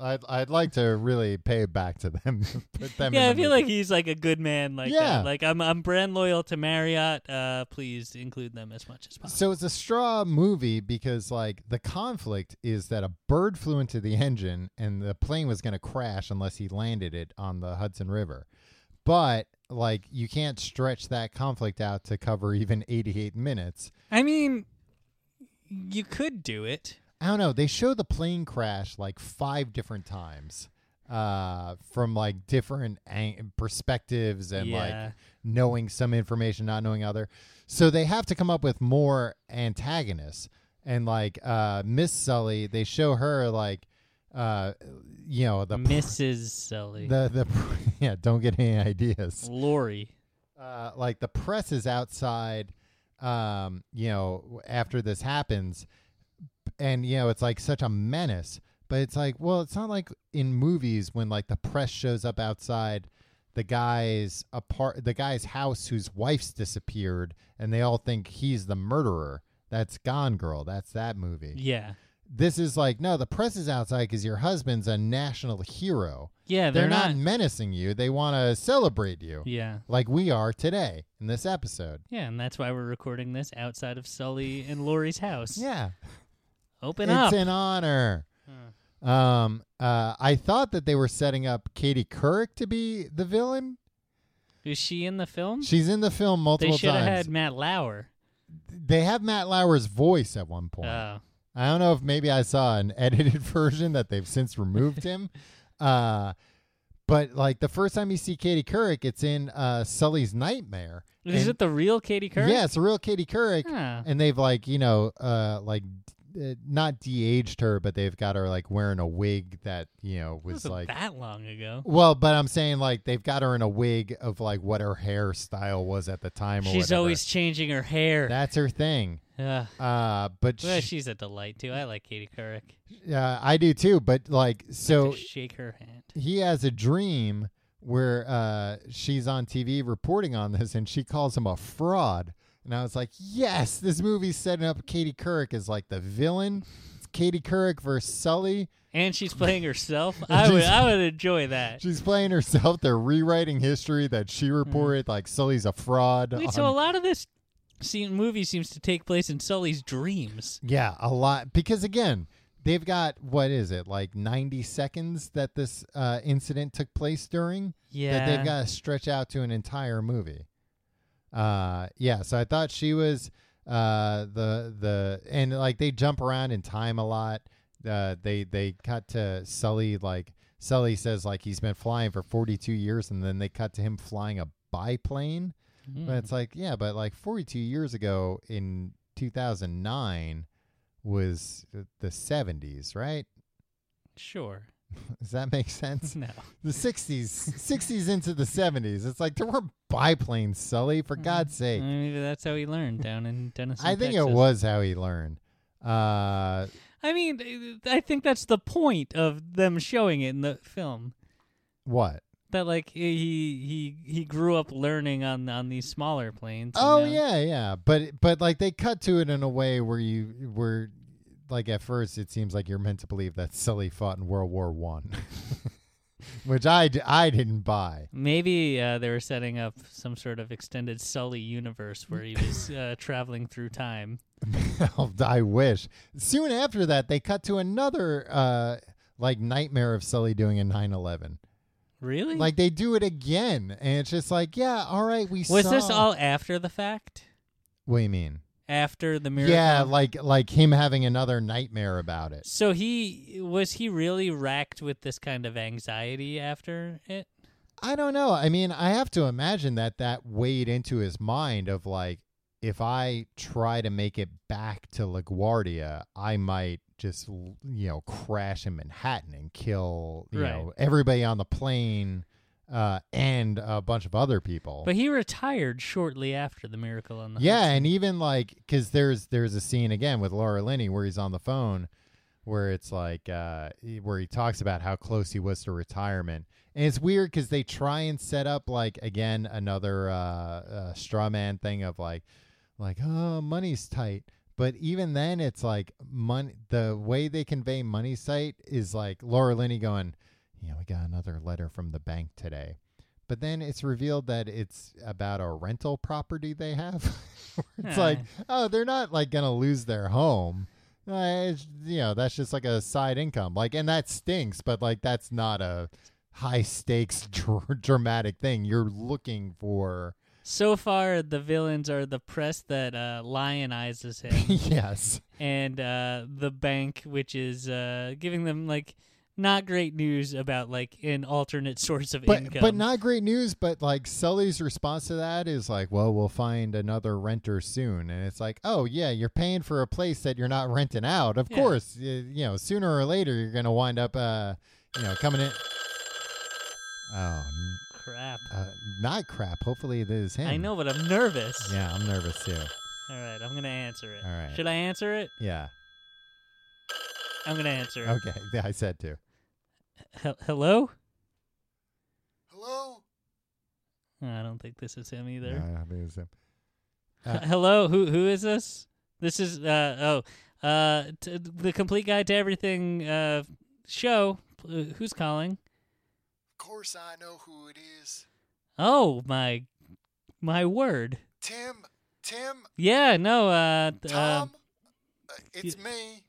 A: I'd I'd like to really pay back to them. Put them
B: yeah, I
A: in the
B: feel
A: movie.
B: like he's like a good man. Like that.
A: Yeah.
B: like I'm I'm brand loyal to Marriott. Uh, please include them as much as possible.
A: So it's a straw movie because like the conflict is that a bird flew into the engine and the plane was going to crash unless he landed it on the Hudson River. But like you can't stretch that conflict out to cover even 88 minutes.
B: I mean, you could do it.
A: I don't know. They show the plane crash like 5 different times uh from like different ang- perspectives and
B: Yeah.
A: like knowing some information, not knowing other. So they have to come up with more antagonists. And like uh, Miss Sully, they show her like, uh, you know, the
B: Mrs. Sully,
A: the the yeah, don't get any ideas.
B: Lori.
A: Uh, like the press is outside, um, you know, after this happens, and you know it's like such a menace. But it's like, well, it's not like in movies when like the press shows up outside the guy's apart the guy's house whose wife's disappeared and they all think he's the murderer. That's Gone Girl. That's that movie.
B: Yeah,
A: This is like, no, the press is outside because your husband's a national hero.
B: yeah,
A: They're, not, menacing you. They want to celebrate you
B: Yeah,
A: like we are today in this episode.
B: yeah, and that's why we're recording this outside of Sully and Lori's house.
A: Yeah.
B: open
A: it's
B: up.
A: an honor. Um, uh, I thought that they were setting up Katie Couric to be the villain.
B: Is she in the film?
A: She's in the film
B: Hmm. they
A: multiple
B: should have
A: times.
B: had Matt Lauer.
A: They have Matt Lauer's voice at one point.
B: Oh,
A: I don't know if maybe I saw an edited version that they've since removed him. Uh, but like the first time you see Katie Couric, it's in uh, Sully's Nightmare.
B: is
A: And-
B: it the real Katie Couric?
A: Yeah, it's a real Katie Couric,
B: Huh.
A: and they've like you know, uh, like d- uh, not de-aged her, but they've got her like wearing a wig that you know was
B: Wasn't
A: like.
B: that long ago.
A: Well, but I'm saying like they've got her in a wig of like what her hairstyle was at the time. Or
B: She's
A: whatever.
B: always changing her hair.
A: that's her thing.
B: Ugh.
A: Uh, but
B: Well,
A: sh-
B: she's a delight too. I like Katie Couric.
A: uh, I do too. But like, so
B: Just shake her hand.
A: he has a dream where uh, she's on TV reporting on this, and she calls him a fraud. And I was like, yes, this movie's setting up Katie Couric as like the villain. It's Katie Couric versus Sully.
B: And she's playing herself. I would, I would enjoy that.
A: She's playing herself. They're rewriting history that she reported. Like Sully's a fraud.
B: Wait, so a
A: on-
B: lot of this scene, movie seems to take place in Sully's dreams.
A: yeah, a lot. Because again, they've got what is it like ninety seconds that this uh, incident took place during. that
B: Yeah.
A: they've got to stretch out to an entire movie. Uh, yeah. So I thought she was uh, the the and like they jump around in time a lot. Uh, they they cut to Sully like Sully says like he's been flying for forty two years, and then they cut to him flying a biplane. But it's like yeah, but like forty two years ago in two thousand nine was the seventies, right?
B: Sure.
A: Does that make sense?
B: No.
A: the 60s 60s into the 70s it's like there weren't biplanes sully for god's
B: I
A: sake
B: mean, Maybe that's how he learned down in Tennessee.
A: i think it
B: mm, Texas.
A: was how he learned uh
B: I mean, I think that's the point of them showing it in the film.
A: what
B: That like he he he grew up learning on on these smaller planes. and
A: oh
B: now-
A: yeah yeah but but like they cut to it in a way where you where like at first it seems like you're meant to believe that sully fought in world war one which I, d- I didn't buy
B: Maybe uh, they were setting up some sort of extended Sully universe where he was uh, traveling through time.
A: i wish soon after that they cut to another uh like nightmare of sully doing a 9-11
B: Really?
A: Like they do it again, and it's just like, yeah, all right, we
B: was
A: saw.
B: this all after the fact?
A: What do you mean?
B: after the miracle?
A: Yeah, like like him having another nightmare about it.
B: So he was he really racked with this kind of anxiety after it?
A: I don't know. I mean, I have to imagine that that weighed into his mind of like, if I try to make it back to LaGuardia, I might just l- you know crash in Manhattan and kill you
B: Right.
A: know everybody on the plane uh, and a bunch of other people.
B: But he retired shortly after the miracle on the
A: yeah,
B: Hudson.
A: and even like because there's there's a scene again with Laura Linney where he's on the phone, where it's like uh, he- where he talks about how close he was to retirement, and it's weird because they try and set up like again another uh, uh, straw man thing of like like oh money's tight. But even then, it's like money. The way they convey money's tight is like Laura Linney going, "Yeah, we got another letter from the bank today," But then it's revealed that it's about a rental property they have. it's
B: Ah.
A: like, oh, they're not like gonna lose their home. Uh, it's, you know, that's just like a side income. Like, and that stinks, but like that's not a high stakes dr- dramatic thing. You're looking for
B: So far, the villains are the press that uh, lionizes him
A: yes,
B: and uh, the bank, which is uh, giving them like not great news about like an alternate source of
A: but
B: income.
A: but not great news. But like Sully's response to that is like, well, we'll find another renter soon, and it's like, oh yeah, you're paying for a place that you're not renting out. Of
B: Yeah.
A: course, y- you know, sooner or later you're gonna wind up, uh, you know, coming in. Oh, n-
B: crap.
A: uh, not crap. Hopefully it is him.
B: I know, but I'm nervous.
A: Yeah, I'm nervous too.
B: All right, I'm gonna answer it.
A: All right.
B: Should I answer it?
A: Yeah.
B: I'm gonna answer it.
A: Okay. Yeah, I said too.
B: He- hello?
C: Hello?
B: I don't think this is him either.
A: No, I don't think it's him.
B: H-
A: Uh,
B: Hello, who who is this? This is uh oh, uh t- the complete guide to everything uh show. Uh, Who's calling?
C: Of course I know who it is.
B: Oh my, my word!
C: Tim? Tim?
B: Yeah, no, uh, th- uh,
C: Tom? Uh, it's me,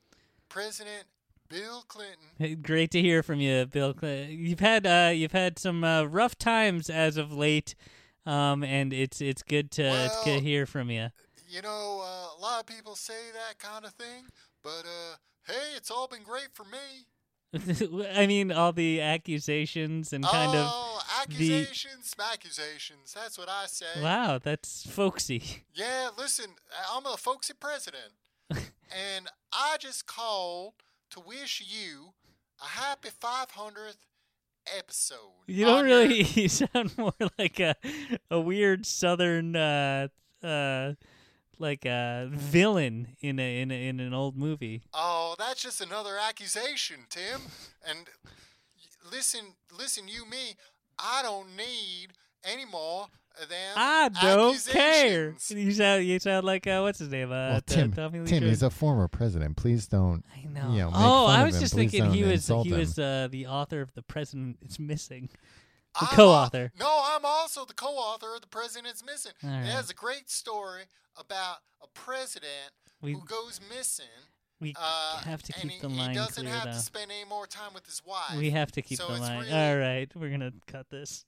C: President Bill Clinton.
B: great to hear from you, Bill. Cl- You've had uh you've had some uh, rough times as of late, um, and it's it's good to it's good
C: Well-
B: to hear from you.
C: You know, uh, a lot of people say that kind of thing, but uh, hey, it's all been great for me.
B: I mean, all the accusations and kind of
C: oh,
B: the-
C: accusations, accusations. That's what I say.
B: wow, that's folksy.
C: Yeah, listen, I'm a folksy president, and I just called to wish you a happy 500th episode.
B: You don't
C: on your-
B: really. You sound more like a a weird southern, uh, uh, like a villain in a in a, in an old movie.
C: Oh, that's just another accusation, Tim. And y- listen, listen, you, me, I don't need any more of them.
B: I don't care.
C: accusations.
B: You sound you sound like uh, what's his name? Uh,
A: well,
B: T-
A: Tim,
B: Tommy Lee
A: Tim,
B: Jones.
A: he's a former president. Please don't.
B: I know.
A: You know, make
B: oh,
A: fun
B: I
A: of
B: was
A: him.
B: just
A: Please
B: thinking he
A: don't
B: was
A: insult
B: he
A: him.
B: was uh, the author of the president is missing. The
C: I'm
B: co-author.
C: al- no, I'm also the co-author of The President's Missing.
B: All
C: It
B: right.
C: has a great story about a president
B: We-
C: who goes missing.
B: We
C: Uh,
B: have to
C: and
B: keep
C: he,
B: the
C: he
B: line
C: doesn't
B: clear
C: have
B: though.
C: to spend any more time with his wife.
B: We have to keep
C: so
B: the
C: it's
B: line.
C: Really,
B: All right, we're gonna cut this.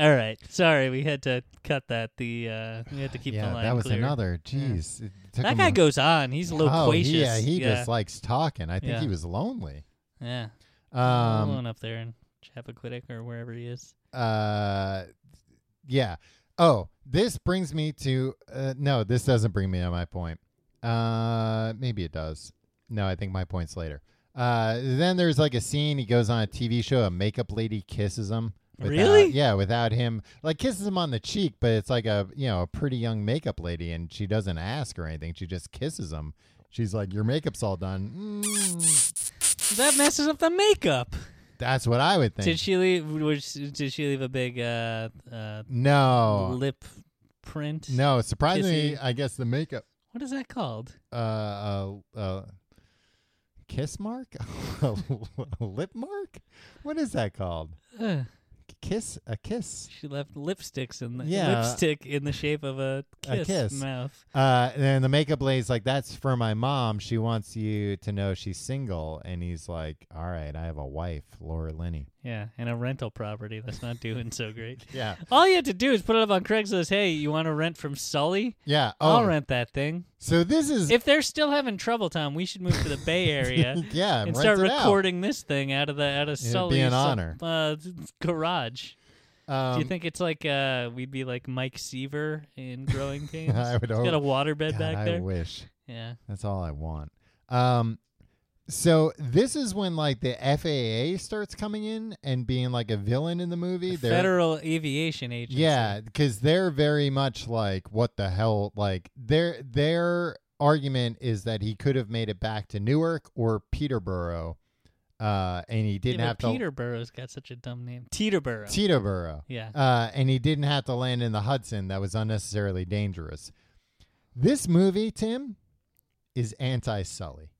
B: All right, sorry, we had to cut that. The uh, we had to keep
A: yeah,
B: the line.
A: that was
B: clear.
A: another. Jeez, it took
B: That
A: him
B: guy
A: a-
B: goes on. He's loquacious.
A: Oh, yeah, he
B: yeah.
A: just likes talking. I think
B: Yeah.
A: he was lonely.
B: yeah.
A: Um,
B: Alone up there in Chappaquiddick or wherever he is.
A: uh, yeah. Oh, this brings me to uh, no, this doesn't bring me to my point. Uh, maybe it does. No, I think my point's later. Uh, then there's like a scene. He goes on a TV show. A makeup lady kisses him. without-
B: Really?
A: Yeah, without him, like kisses him on the cheek, but it's like a you know a pretty young makeup lady, and she doesn't ask or anything. She just kisses him. She's like, "Your makeup's all done." Mm.
B: That messes up the makeup.
A: That's what I would think.
B: Did she leave? Was, did she leave a big uh, uh,
A: no,
B: lip print?
A: Oh. No, surprisingly,
B: Kissy.
A: I guess the makeup
B: What is that called?
A: uh, uh, uh kiss mark, A lip mark. What is that called?
B: Ugh.
A: Kiss a kiss.
B: She left lipsticks in the
A: Yeah.
B: lipstick in the shape of a
A: A
B: kiss,
A: kiss.
B: mouth.
A: Uh, and then the makeup lady's like, "That's for my mom. She wants you to know she's single." And he's like, "All right, I have a wife, Laura Linney."
B: Yeah, and a rental property that's not doing so great.
A: Yeah.
B: All you have to do is put it up on Craigslist. Hey, you want to rent from Sully?
A: Yeah.
B: I'll
A: oh,
B: rent that thing.
A: So this is
B: If they're still having trouble, Tom, we should move to the Bay Area
A: yeah. rent
B: and start
A: it out.
B: recording this thing out of the out of
A: It'd be
B: Sully's
A: an
B: uh,
A: honor.
B: Uh, garage.
A: Um,
B: Do you think it's like uh, we'd be like Mike Seaver in Growing Pains?
A: I would
B: He's got a
A: hope-
B: waterbed
A: God,
B: back
A: I
B: there.
A: wish.
B: Yeah.
A: That's all I want. Um, so this is when like the FAA starts coming in and being like a villain in the movie. They're-
B: Federal Aviation Agency.
A: yeah, because they're very much like, what the hell? Like their their argument is that he could have made it back to Newark or Peterborough, uh, and he didn't
B: yeah,
A: have
B: but
A: to
B: Peterborough's got such a dumb name. Teterborough.
A: Teterboro.
B: Yeah.
A: Uh, and he didn't have to land in the Hudson. That was unnecessarily dangerous. This movie, Tim, is anti Sully.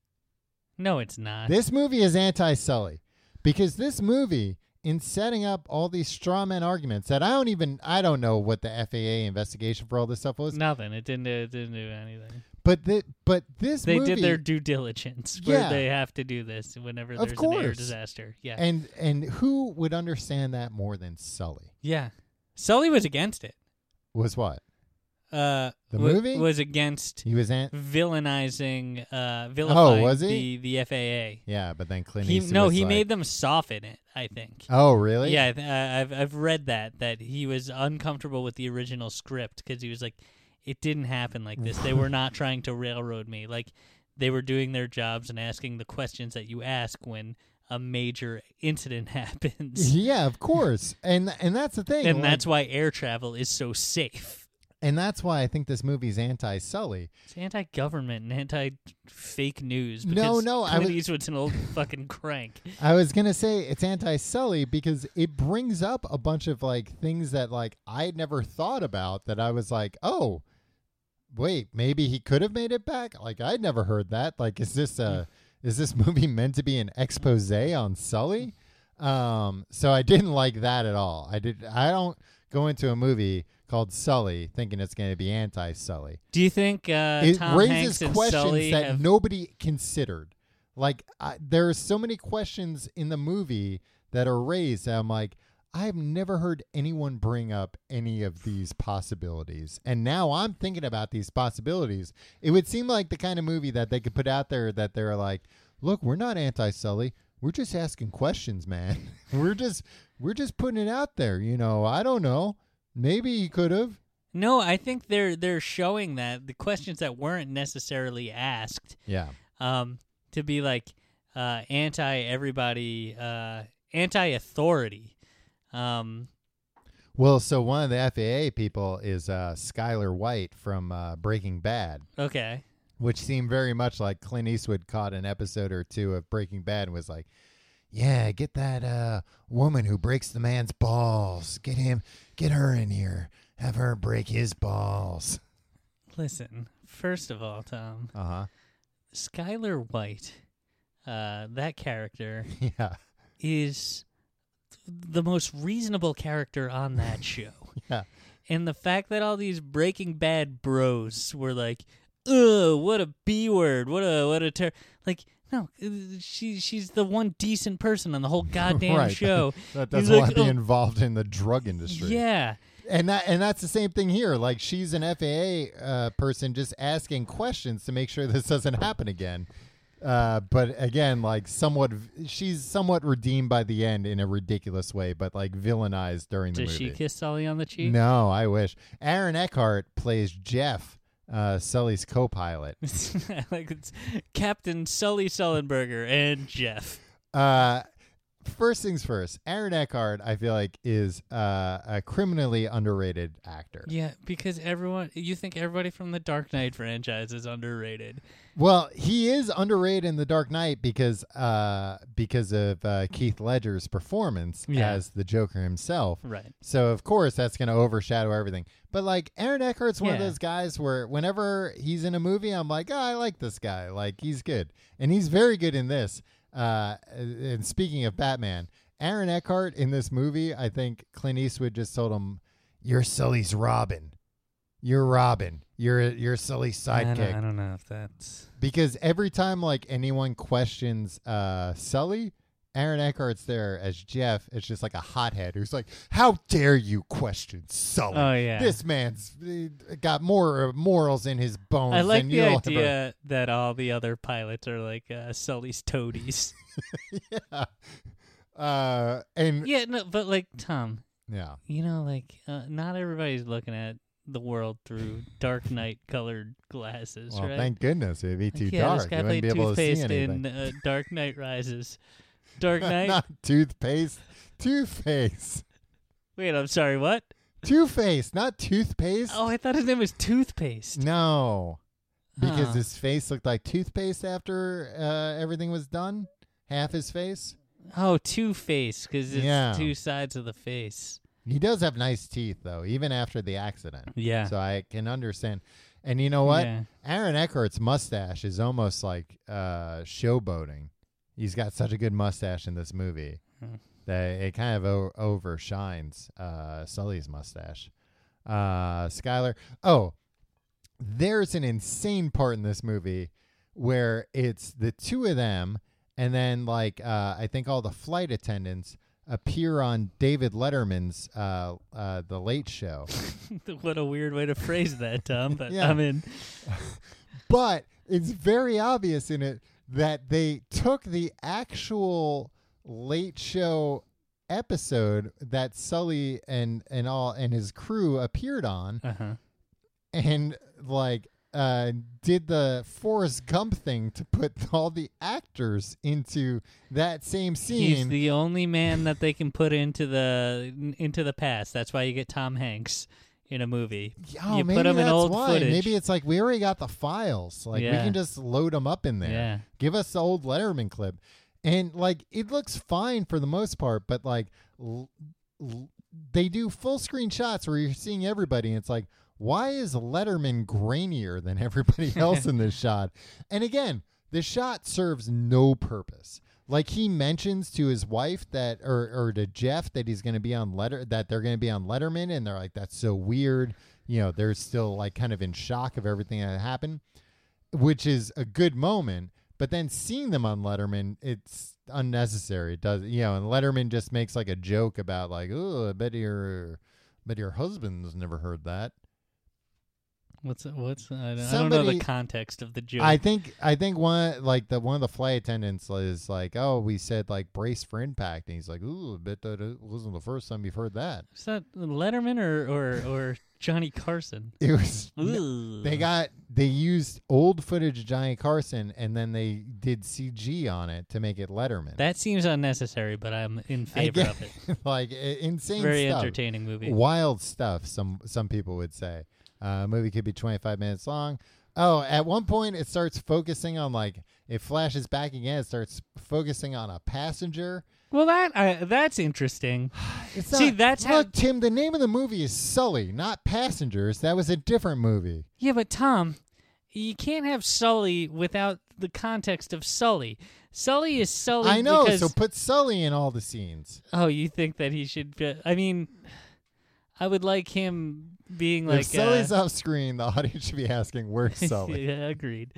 B: no, it's not.
A: This movie is anti Sully because this movie, in setting up all these straw man arguments that I don't even, I don't know what the FAA investigation for all this stuff was,
B: Nothing. It didn't. Do, it didn't do anything.
A: but thi- but this
B: They
A: movie,
B: did their due diligence where
A: Yeah.
B: they have to do this whenever
A: Of
B: there's an air
A: course.
B: disaster. Yeah.
A: and and who would understand that more than Sully?
B: yeah. Sully was against it.
A: Was what
B: Uh,
A: The
B: wa-
A: movie?
B: was against
A: he was an
B: villainizing, uh, vilifying
A: was he?
B: the the FAA.
A: Yeah, but then Clint
B: He,
A: Eastwood
B: no,
A: was
B: he
A: like-
B: made them soften it. I think.
A: Oh, really?
B: Yeah, I th- I- I've I've read that that he was uncomfortable with the original script because he was like, it didn't happen like this. They were not trying to railroad me. Like they were doing their jobs and asking the questions that you ask when a major incident happens.
A: Yeah, of course, and and that's the thing,
B: and
A: like-
B: that's why air travel is so safe.
A: and that's why I think this movie's anti-Sully.
B: It's anti-government and anti-fake news.
A: No,
B: Because
A: no, I
B: Clint
A: was-
B: Eastwood's an old fucking crank.
A: I was gonna say it's anti-Sully because it brings up a bunch of like things that like I had never thought about that I was like, oh, wait, maybe he could have made it back. Like I'd never heard that. Like, is this a is this movie meant to be an expose on Sully? Um, so I didn't like that at all. I did. I don't go into a movie called Sully thinking it's going to be anti-Sully.
B: Do you think uh,
A: it
B: Tom
A: raises
B: Hanks and
A: questions
B: Sully
A: that
B: have
A: nobody considered. Like I, there are so many questions in the movie that are raised. That I'm like, I've never heard anyone bring up any of these possibilities, and now I'm thinking about these possibilities. It would seem like the kind of movie that they could put out there that they're like, look, we're not anti-Sully. We're just asking questions, man. we're just we're just putting it out there. You know, I don't know. Maybe he could have.
B: No, I think they're they're showing that the questions that weren't necessarily asked
A: Yeah.
B: um, to be like uh, anti everybody, uh, anti authority. Um,
A: Well, so one of the FAA people is uh, Skyler White from uh, Breaking Bad,
B: okay,
A: which seemed very much like Clint Eastwood caught an episode or two of Breaking Bad and was like, "Yeah, get that uh, woman who breaks the man's balls. Get him, get her in here. Have her break his balls."
B: listen. First of all, Tom
A: Uh huh.
B: Skylar White, uh, that character
A: Yeah.
B: is the most reasonable character on that show.
A: Yeah.
B: And the fact that all these Breaking Bad bros were like, "Ugh, what a b word! What a what a ter-. like." No, uh, she she's the one decent person on the whole goddamn
A: right.
B: show.
A: That
B: He's
A: doesn't want
B: like,
A: to be
B: "Oh,
A: involved in the drug industry.
B: Yeah,
A: and that and that's the same thing here. Like she's an FAA uh, person, just asking questions to make sure this doesn't happen again. Uh, but again, like somewhat, she's somewhat redeemed by the end in a ridiculous way, but like villainized during the
B: does she
A: movie.
B: kiss Sully on the cheek?
A: no, I wish Aaron Eckhart plays Jeff, uh, Sully's co-pilot.
B: like it's Captain Sully Sullenberger and Jeff.
A: Uh, first things first, Aaron Eckhart, I feel like, is uh, a criminally underrated actor.
B: Yeah, because everyone you think everybody from the Dark Knight franchise is underrated.
A: Well, he is underrated in The Dark Knight because uh, because of uh, Keith Ledger's performance
B: Yeah.
A: as the Joker himself.
B: Right.
A: So of course that's going to overshadow everything. But like Aaron Eckhart's one of
B: Yeah.
A: those guys where whenever he's in a movie, I'm like, oh, I like this guy. Like he's good, and he's very good in this. Uh, and speaking of Batman, Aaron Eckhart in this movie, I think Clint Eastwood just told him, "You're Sully's Robin. You're Robin. You're you're Sully's
B: I don't,
A: sidekick."
B: I don't know if that's
A: because every time like anyone questions uh Sully, Aaron Eckhart's there as Jeff. It's just like a hothead who's like, "How dare you question Sully?
B: Oh, yeah.
A: This man's he got more uh, morals in his bones."
B: I like
A: than
B: the
A: you'll ever-"
B: idea that all the other pilots are like uh, Sully's toadies.
A: yeah. Uh, and
B: yeah, no, but like Tom,
A: yeah,
B: you know, like uh, not everybody's looking at the world through Dark Knight colored glasses,
A: well,
B: right?
A: thank goodness it'd be
B: Like,
A: too
B: yeah,
A: dark.
B: This guy
A: you wouldn't
B: played
A: be able to see
B: Toothpaste
A: anything.
B: in uh, Dark Knight Rises. Dark Knight.
A: Not toothpaste. Toothface.
B: Wait, I'm sorry. What?
A: Toothface, not toothpaste.
B: Oh, I thought his name was Toothpaste.
A: No. Because
B: Huh.
A: his face looked like toothpaste after uh, everything was done. Half his face.
B: Oh, Two Face, because it's
A: Yeah.
B: two sides of the face.
A: He does have nice teeth, though, even after the accident.
B: Yeah.
A: So I can understand. And you know what?
B: Yeah.
A: Aaron Eckhart's mustache is almost like uh, showboating. He's got such a good mustache in this movie that it kind of o- overshines uh, Sully's mustache. Uh, Skyler. Oh, there's an insane part in this movie where it's the two of them, and then like uh, I think all the flight attendants appear on David Letterman's uh, uh, The Late Show.
B: what a weird way to phrase that, Tom. But
A: Yeah.
B: I mean,
A: but it's very obvious in it that they took the actual late show episode that Sully and and all and his crew appeared on
B: uh huh.
A: and like uh did the Forrest Gump thing to put all the actors into that same
B: He's
A: scene.
B: the only man that they can put into the into the past. That's why you get Tom Hanks in a movie.
A: Oh,
B: you
A: maybe
B: put him in
A: that's
B: old
A: why.
B: footage.
A: Maybe it's like we already got the files. Like we
B: Yeah.
A: can just load them up in there.
B: Yeah.
A: Give us the old Letterman clip, and like it looks fine for the most part, but like l- l- they do full screen shots where you're seeing everybody, and it's like, why is Letterman grainier than everybody else in this shot? And again, the shot serves no purpose. Like he mentions to his wife that, or or to Jeff that he's going to be on letter that they're going to be on Letterman, and they're like, that's so weird. You know, they're still like kind of in shock of everything that happened which is a good moment. But then seeing them on Letterman, it's unnecessary. It does you know? And Letterman just makes like a joke about like, "Oh, I bet your, bet your husband's never heard that."
B: What's what's I don't, I don't know
A: Somebody-
B: the context of the joke.
A: I think I think one like the one of the flight attendants is like, "Oh, we said like brace for impact," and he's like, "Ooh, I bet that it wasn't the first time you've heard that."
B: Is that Letterman or or, or Johnny Carson?
A: It was
B: Ooh.
A: They got they used old footage of Johnny Carson and then they did CG on it to make it Letterman.
B: that seems unnecessary, but I'm in
A: I
B: favor
A: get-
B: of it.
A: like i- insane
B: Very
A: stuff.
B: entertaining movie.
A: Wild stuff, some some people would say. Uh, a movie could be 25 minutes long. Oh, at one point it starts focusing on like it flashes back again. It starts focusing on a passenger.
B: Well, that uh, that's interesting.
A: It's
B: See,
A: not-
B: that's how-
A: look, Tim. The name of the movie is Sully, not Passengers. That was a different movie.
B: Yeah, but Tom, you can't have Sully without the context of Sully. Sully is Sully.
A: I know.
B: because-
A: So put Sully in all the scenes.
B: oh, you think that he should? Be, I mean, I would like him being like.
A: if Sully's
B: uh,
A: off screen, the audience should be asking, "Where's Sully?"
B: yeah, agreed.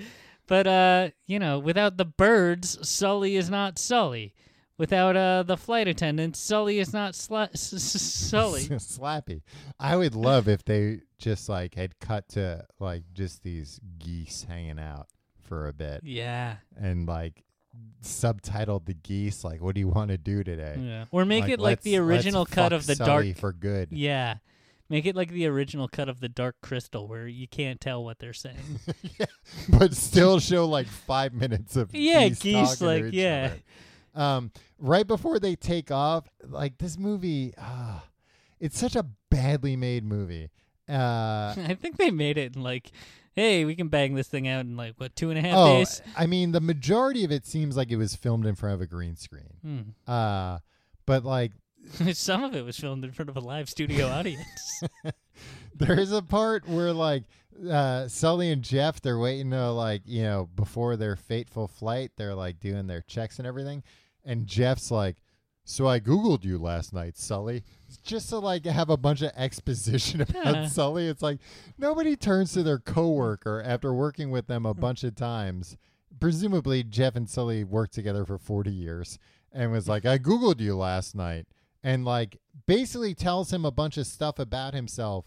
B: But uh, you know, without the birds, Sully is not Sully. Without uh, the flight attendants, Sully is not sla- s- s- Sully.
A: Slappy. I would love if they just like had cut to like just these geese hanging out for a bit
B: yeah.
A: and like subtitled the geese like what do you want to do today?
B: Yeah. Or make it like the
A: let's- let's
B: original cut
A: fuck
B: of the
A: Sully
B: dark
A: for good.
B: Yeah. Make it like the original cut of the Dark Crystal where you can't tell what they're saying.
A: but still show like 5 minutes of
B: Yeah,
A: geese,
B: geese,
A: talking to
B: like,
A: each
B: yeah.
A: other. Um, right before they take off, like this movie, ah, it's such a badly made movie. Uh,
B: I think they made it in like, hey, we can bang this thing out in like what two and a half
A: oh,
B: days?
A: I mean, the majority of it seems like it was filmed in front of a green screen.
B: Hmm.
A: Uh, but like,
B: Some of it was filmed in front of a live studio audience.
A: there is a part where like uh, Sully and Jeff they're waiting to like you know before their fateful flight they're like doing their checks and everything, and Jeff's like, "So I googled you last night, Sully." Just to like have a bunch of exposition about
B: Yeah.
A: Sully, it's like nobody turns to their coworker after working with them a bunch of times. Presumably, Jeff and Sully worked together for forty years, and was like, I Googled you last night. And like basically tells him a bunch of stuff about himself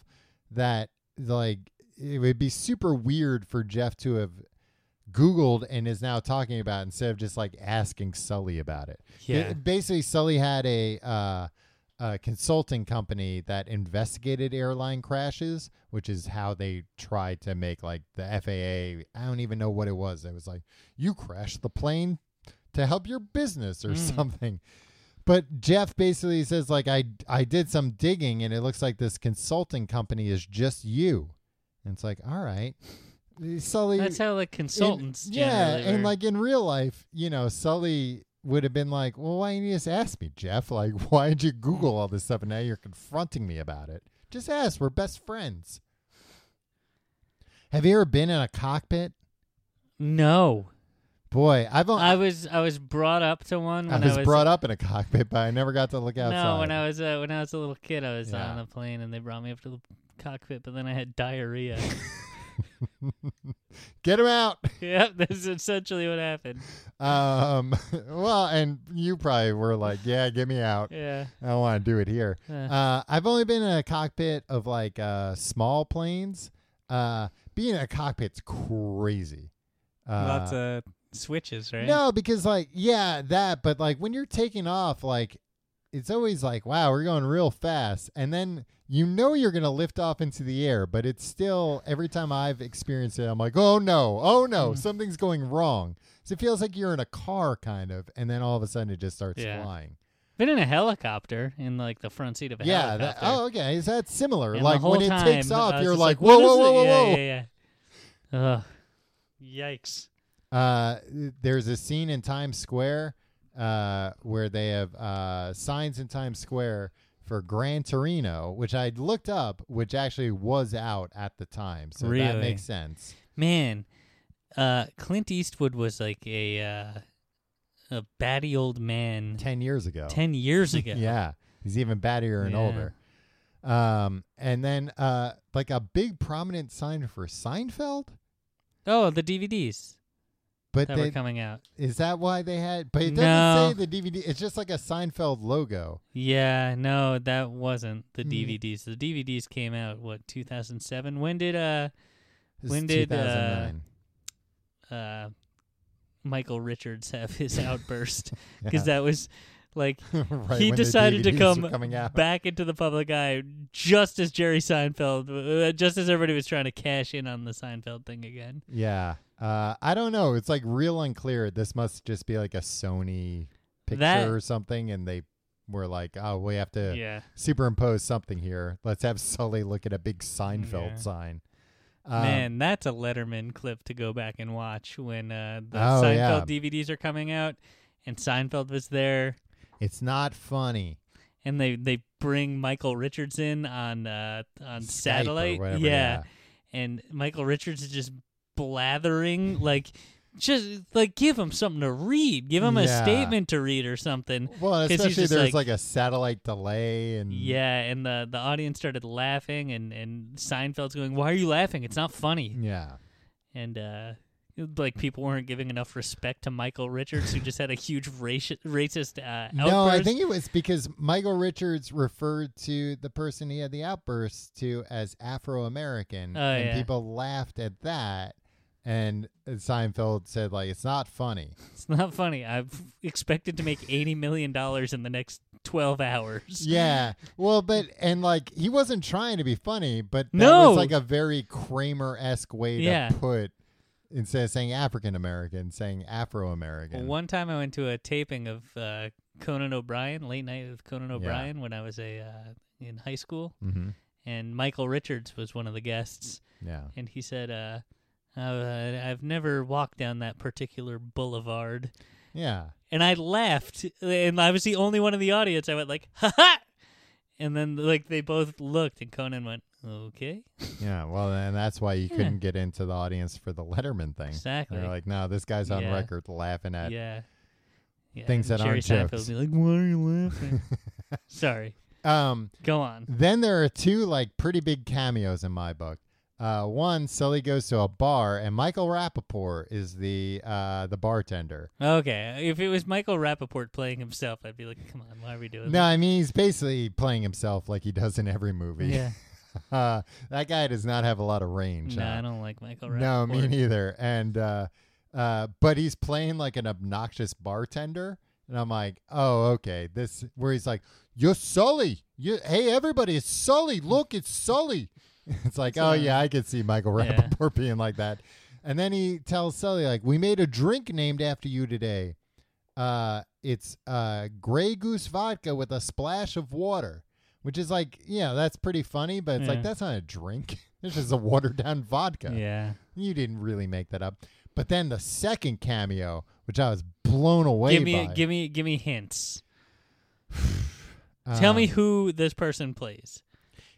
A: that like it would be super weird for Jeff to have Googled and is now talking about instead of just like asking Sully about it.
B: Yeah.
A: It- basically, Sully had a, uh, a consulting company that investigated airline crashes, which is how they tried to make like the FAA. I don't even know what it was. It was like, you crashed the plane to help your business or
B: Mm.
A: something. But Jeff basically says like I I did some digging and it looks like this consulting company is just you. And it's like, all right. Sully
B: That's how like
A: in-
B: consultants
A: yeah,
B: generally
A: and
B: were.
A: like in real life, you know, Sully would have been like, "Well, why didn't you just ask me, Jeff? Like, why did you Google all this stuff and now you're confronting me about it? Just ask. We're best friends." Have you ever been in a cockpit?
B: no.
A: Boy, I've only,
B: I was I was brought up to one
A: I
B: Mm. when
A: was brought up in a cockpit, but I never got to look outside.
B: No, when I was uh, when I was a little kid, I was
A: Yeah.
B: on a plane and they brought me up to the cockpit, but then I had diarrhea.
A: Get him out.
B: yep, that's essentially what happened.
A: Um, well, and you probably were like, "Yeah, get me out.
B: Yeah.
A: I don't want to do it here."
B: Uh,
A: Uh, I've only been in a cockpit of like uh, small planes. Uh, being in a cockpit's crazy. Uh,
B: lots of switches, right?
A: no, because like yeah, that. But like when you're taking off, like it's always like wow, we're going real fast, and then you know you're gonna lift off into the air, but it's still every time I've experienced it, I'm like oh no, oh no,
B: Mm.
A: something's going wrong. So it feels like you're in a car kind of, and then all of a sudden it just starts
B: Yeah.
A: flying.
B: Been in a helicopter in like the front seat of a
A: Yeah. That,
B: helicopter.
A: oh, okay. Is that similar?
B: And the
A: like
B: whole
A: when it
B: time,
A: takes
B: I
A: off,
B: was
A: you're
B: just
A: like,
B: "What
A: whoa,
B: is
A: whoa, whoa,
B: it?"
A: whoa, whoa.
B: Yeah, yeah, yeah. Ugh. Yikes.
A: Uh, there's a scene in Times Square uh, where they have uh, signs in Times Square for Gran Torino, which I looked up, which actually was out at the time, so that
B: Really?
A: makes sense.
B: Man, uh, Clint Eastwood was like a uh, a batty old man
A: Ten years ago.
B: ten years ago.
A: yeah, he's even battier and
B: Yeah.
A: older. Um, and then uh, like a big prominent sign for Seinfeld,
B: Oh, the DVDs
A: but
B: that
A: they,
B: were coming out.
A: Is that why they had? But it doesn't
B: No.
A: say the DVD. It's just like a Seinfeld logo.
B: Yeah, no, that wasn't the
A: Mm.
B: DVDs. The DVDs came out what 2007. When did uh
A: This
B: When
A: is
B: did, uh,
A: 2009.
B: uh Michael Richards have his outburst? Because that was like
A: Right
B: he
A: when the
B: decided to
A: DVDs
B: come
A: were coming out.
B: back into the public eye just as Jerry Seinfeld, uh, just as everybody was trying to cash in on the Seinfeld thing again.
A: Yeah, uh, I don't know. It's like real unclear. This must just be like a Sony picture
B: That-
A: or something, and they were like, "Oh, we have to
B: Yeah.
A: superimpose something here. Let's have Sully look at a big Seinfeld
B: Yeah.
A: sign." Um,
B: Man, that's a Letterman clip to go back and watch when uh, the
A: Oh, yeah.
B: Seinfeld DVDs are coming out, and Seinfeld was there,
A: it's not funny.
B: and they they bring Michael Richards in on uh, on
A: Skype or
B: satellite,
A: whatever,
B: yeah. and Michael Richards is just blathering like. Just like give him something to read, give him a
A: Yeah.
B: statement to read or something.
A: Well,
B: 'cause he's
A: especially
B: just
A: there's like,
B: like-
A: a satellite delay and
B: Yeah, and the the audience started laughing, and and Seinfeld's going, "Why are you laughing? It's not funny."
A: yeah.
B: And uh, like people weren't giving enough respect to Michael Richards, who just had a huge raci- racist uh, outburst.
A: No, I think it was because Michael Richards referred to the person he had the outburst to as Afro American,
B: Oh,
A: and
B: yeah.
A: people laughed at that. And Seinfeld said, "Like it's not funny."
B: it's not funny. I'm expected to make eighty million dollars in the next twelve hours.
A: yeah, well, but and like he wasn't trying to be funny, but that
B: No.
A: was like a very Kramer esque way
B: Yeah.
A: to put instead of saying African American, saying Afro American.
B: One time I went to a taping of uh, Conan O'Brien, late night with Conan O'Brien, when I was a uh, in high school,
A: Mm-hmm.
B: and Michael Richards was one of the guests.
A: Yeah.
B: and he said, uh, uh, "I've never walked down that particular boulevard."
A: Yeah.
B: And I laughed, and I was the only one in the audience. I went like, "Ha ha!" And then like they both looked, and Conan went, "Okay."
A: Yeah, well, and that's why you
B: Yeah.
A: couldn't get into the audience for the Letterman thing.
B: Exactly.
A: They're like, no, this guy's on
B: Yeah.
A: record laughing at.
B: yeah. yeah.
A: Things
B: and
A: that
B: Jerry
A: aren't
B: Seinfeld
A: jokes.
B: Would be like, "Why are you laughing?" Sorry,
A: Um,
B: go on.
A: then there are two like pretty big cameos in my book. Uh, one, Sully goes to a bar, and Michael Rappaport is the uh, the bartender.
B: Okay, if it was Michael Rappaport playing himself, I'd be like, come on, why are we doing
A: No, I mean he's basically playing himself like he does in every
B: this?
A: movie.
B: Yeah.
A: uh, that guy does not have a lot of range. uh,
B: No,
A: huh?
B: I don't like Michael Rappaport.
A: No, me neither. And uh, uh, but he's playing like an obnoxious bartender, and I'm like, oh, okay. This where he's like, you're Sully. You, hey, everybody, it's Sully. Look, it's Sully. It's like, oh yeah, I could see Michael
B: uh, Yeah.
A: Rappaport being like that. And then he tells Sully, like, we made a drink named after you today. Uh, it's uh, Grey Goose vodka with a splash of water, which is like, yeah, that's pretty funny, but it's
B: Yeah.
A: like that's not a drink. It's just a watered down vodka.
B: Yeah.
A: You didn't really make that up. But then the second cameo, which I was blown away
B: give me,
A: by.
B: give me, give me hints. Tell me
A: um,
B: who this person plays.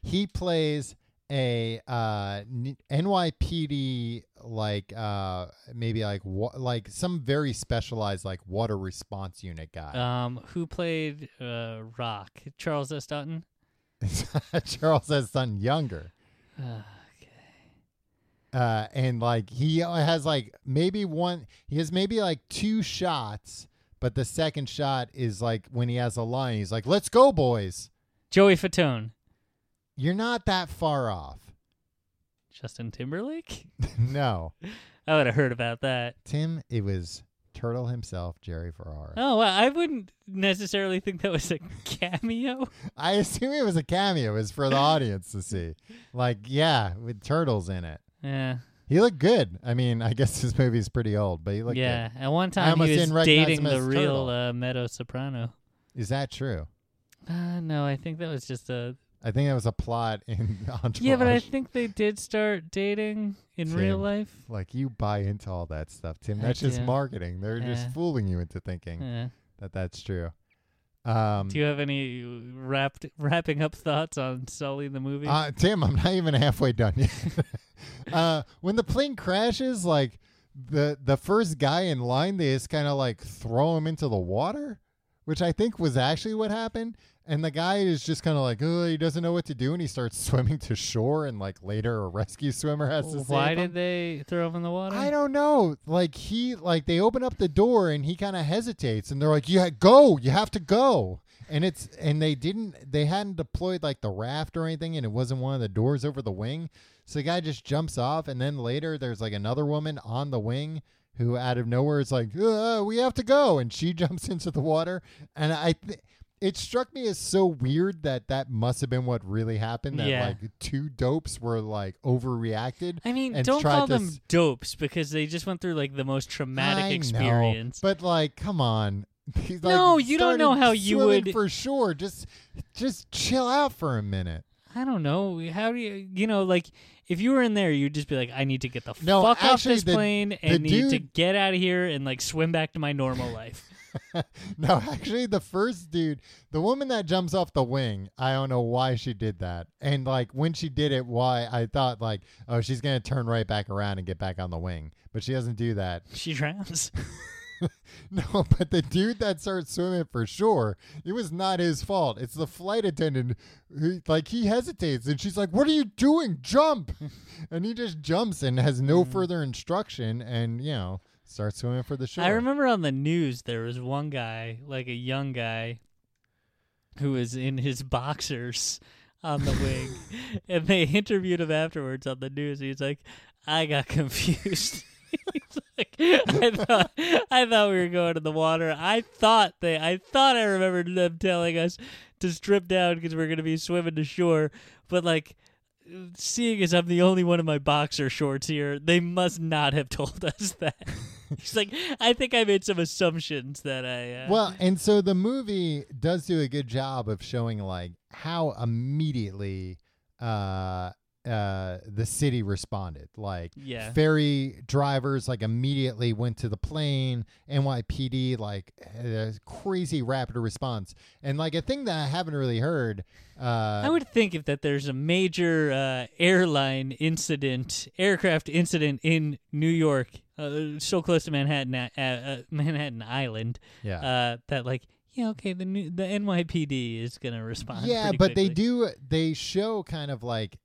A: he plays a uh, N- NYPD like uh, maybe like wa- like some very specialized like water response unit guy.
B: Um, who played uh, Rock? Charles S. Dutton.
A: Charles has son younger. Uh, and like he has like maybe one, he has maybe like two shots, but the second shot is like when he has a line, he's like, "Let's go, boys."
B: Joey Fatone.
A: You're not that far off.
B: Justin Timberlake.
A: no,
B: I would have heard about that.
A: Tim, it was Turtle himself, Jerry Ferrara.
B: Oh well, I wouldn't necessarily think that was a cameo.
A: I assume it was a cameo. It was for the audience to see. Like, yeah, with turtles in it.
B: yeah.
A: He looked good. I mean, I guess this movie's pretty old, but he looked
B: Yeah.
A: good.
B: At
A: I
B: one time
A: almost
B: he was
A: didn't recognize
B: dating
A: him
B: the
A: as
B: real
A: Turtle.
B: uh, Meadow Soprano.
A: Is that true?
B: Uh, no, I think that was just a.
A: I think that was a plot in Entourage.
B: Yeah, but I think they did start dating in real
A: Tim.
B: life.
A: Like, you buy into all that stuff, Tim.
B: I
A: That's just
B: do.
A: marketing. They're
B: Yeah.
A: just fooling you into thinking
B: Yeah.
A: that that's true. Um,
B: Do you have any wrapped wrapping up thoughts on Sully the movie?
A: Uh, Tim, I'm not even halfway done yet. uh, when the plane crashes, like the the first guy in line, they just kind of like throw him into the water, which I think was actually what happened. And the guy is just kind of like, oh, he doesn't know what to do, and he starts swimming to shore. And like later, a rescue swimmer has to
B: Why
A: save
B: did
A: him.
B: they throw him in the water?
A: I don't know. Like he, like they open up the door and he kind of hesitates, and they're like, "Yeah, go. You have to go." And it's and they didn't, they hadn't deployed like the raft or anything, and it wasn't one of the doors over the wing. So the guy just jumps off, and then later there's like another woman on the wing who, out of nowhere, is like, uh, "We have to go," and she jumps into the water. And I, th- it struck me as so weird that that must have been what really happened. That
B: Yeah.
A: like two dopes were like overreacted.
B: I mean,
A: and
B: don't
A: tried
B: call
A: to
B: them
A: s-
B: dopes because they just went through like the most traumatic
A: I
B: experience.
A: Know, but like, come on. He's like,
B: No, you don't know
A: started
B: how you
A: swimming
B: would-
A: for sure. Just, just chill out for a minute.
B: I don't know. How do you, you know, like if you were in there, you'd just be like, I need to get the
A: No,
B: fuck off
A: actually,
B: this
A: the-
B: plane
A: the
B: and need to
A: dude-
B: get out of here and like swim back to my normal life.
A: no, actually, the first dude, the woman that jumps off the wing, I don't know why she did that. And like when she did it, why I thought like, oh, she's gonna turn right back around and get back on the wing, but she doesn't do that.
B: she drowns.
A: No, but the dude that starts swimming for sure, it was not his fault. It's the flight attendant. Who, like he hesitates, and she's like, "What are you doing? Jump!" and he just jumps and has no further instruction, and you know, starts swimming for the shore.
B: I remember on the news there was one guy, like a young guy, who was in his boxers on the wing, and they interviewed him afterwards on the news. He's like, "I got confused." He's like, I thought I thought we were going in the water. I thought they I thought I remembered them telling us to strip down because we're gonna be swimming to shore. But like, seeing as I'm the only one in my boxer shorts here, they must not have told us that. He's like, I think I made some assumptions that I. Uh,
A: Well, and so the movie does do a good job of showing like how immediately uh uh the city responded. Like
B: Yeah.
A: ferry drivers like immediately went to the plane, NYPD like had a crazy rapid response. And like a thing that I haven't really heard uh
B: I would think if that there's a major uh, airline incident, aircraft incident in New York, uh, so close to Manhattan, uh, uh, Manhattan Island,
A: Yeah.
B: uh, that like, yeah, okay, the new, the NYPD is gonna respond.
A: yeah,
B: pretty
A: but they
B: quickly.
A: do they show kind of like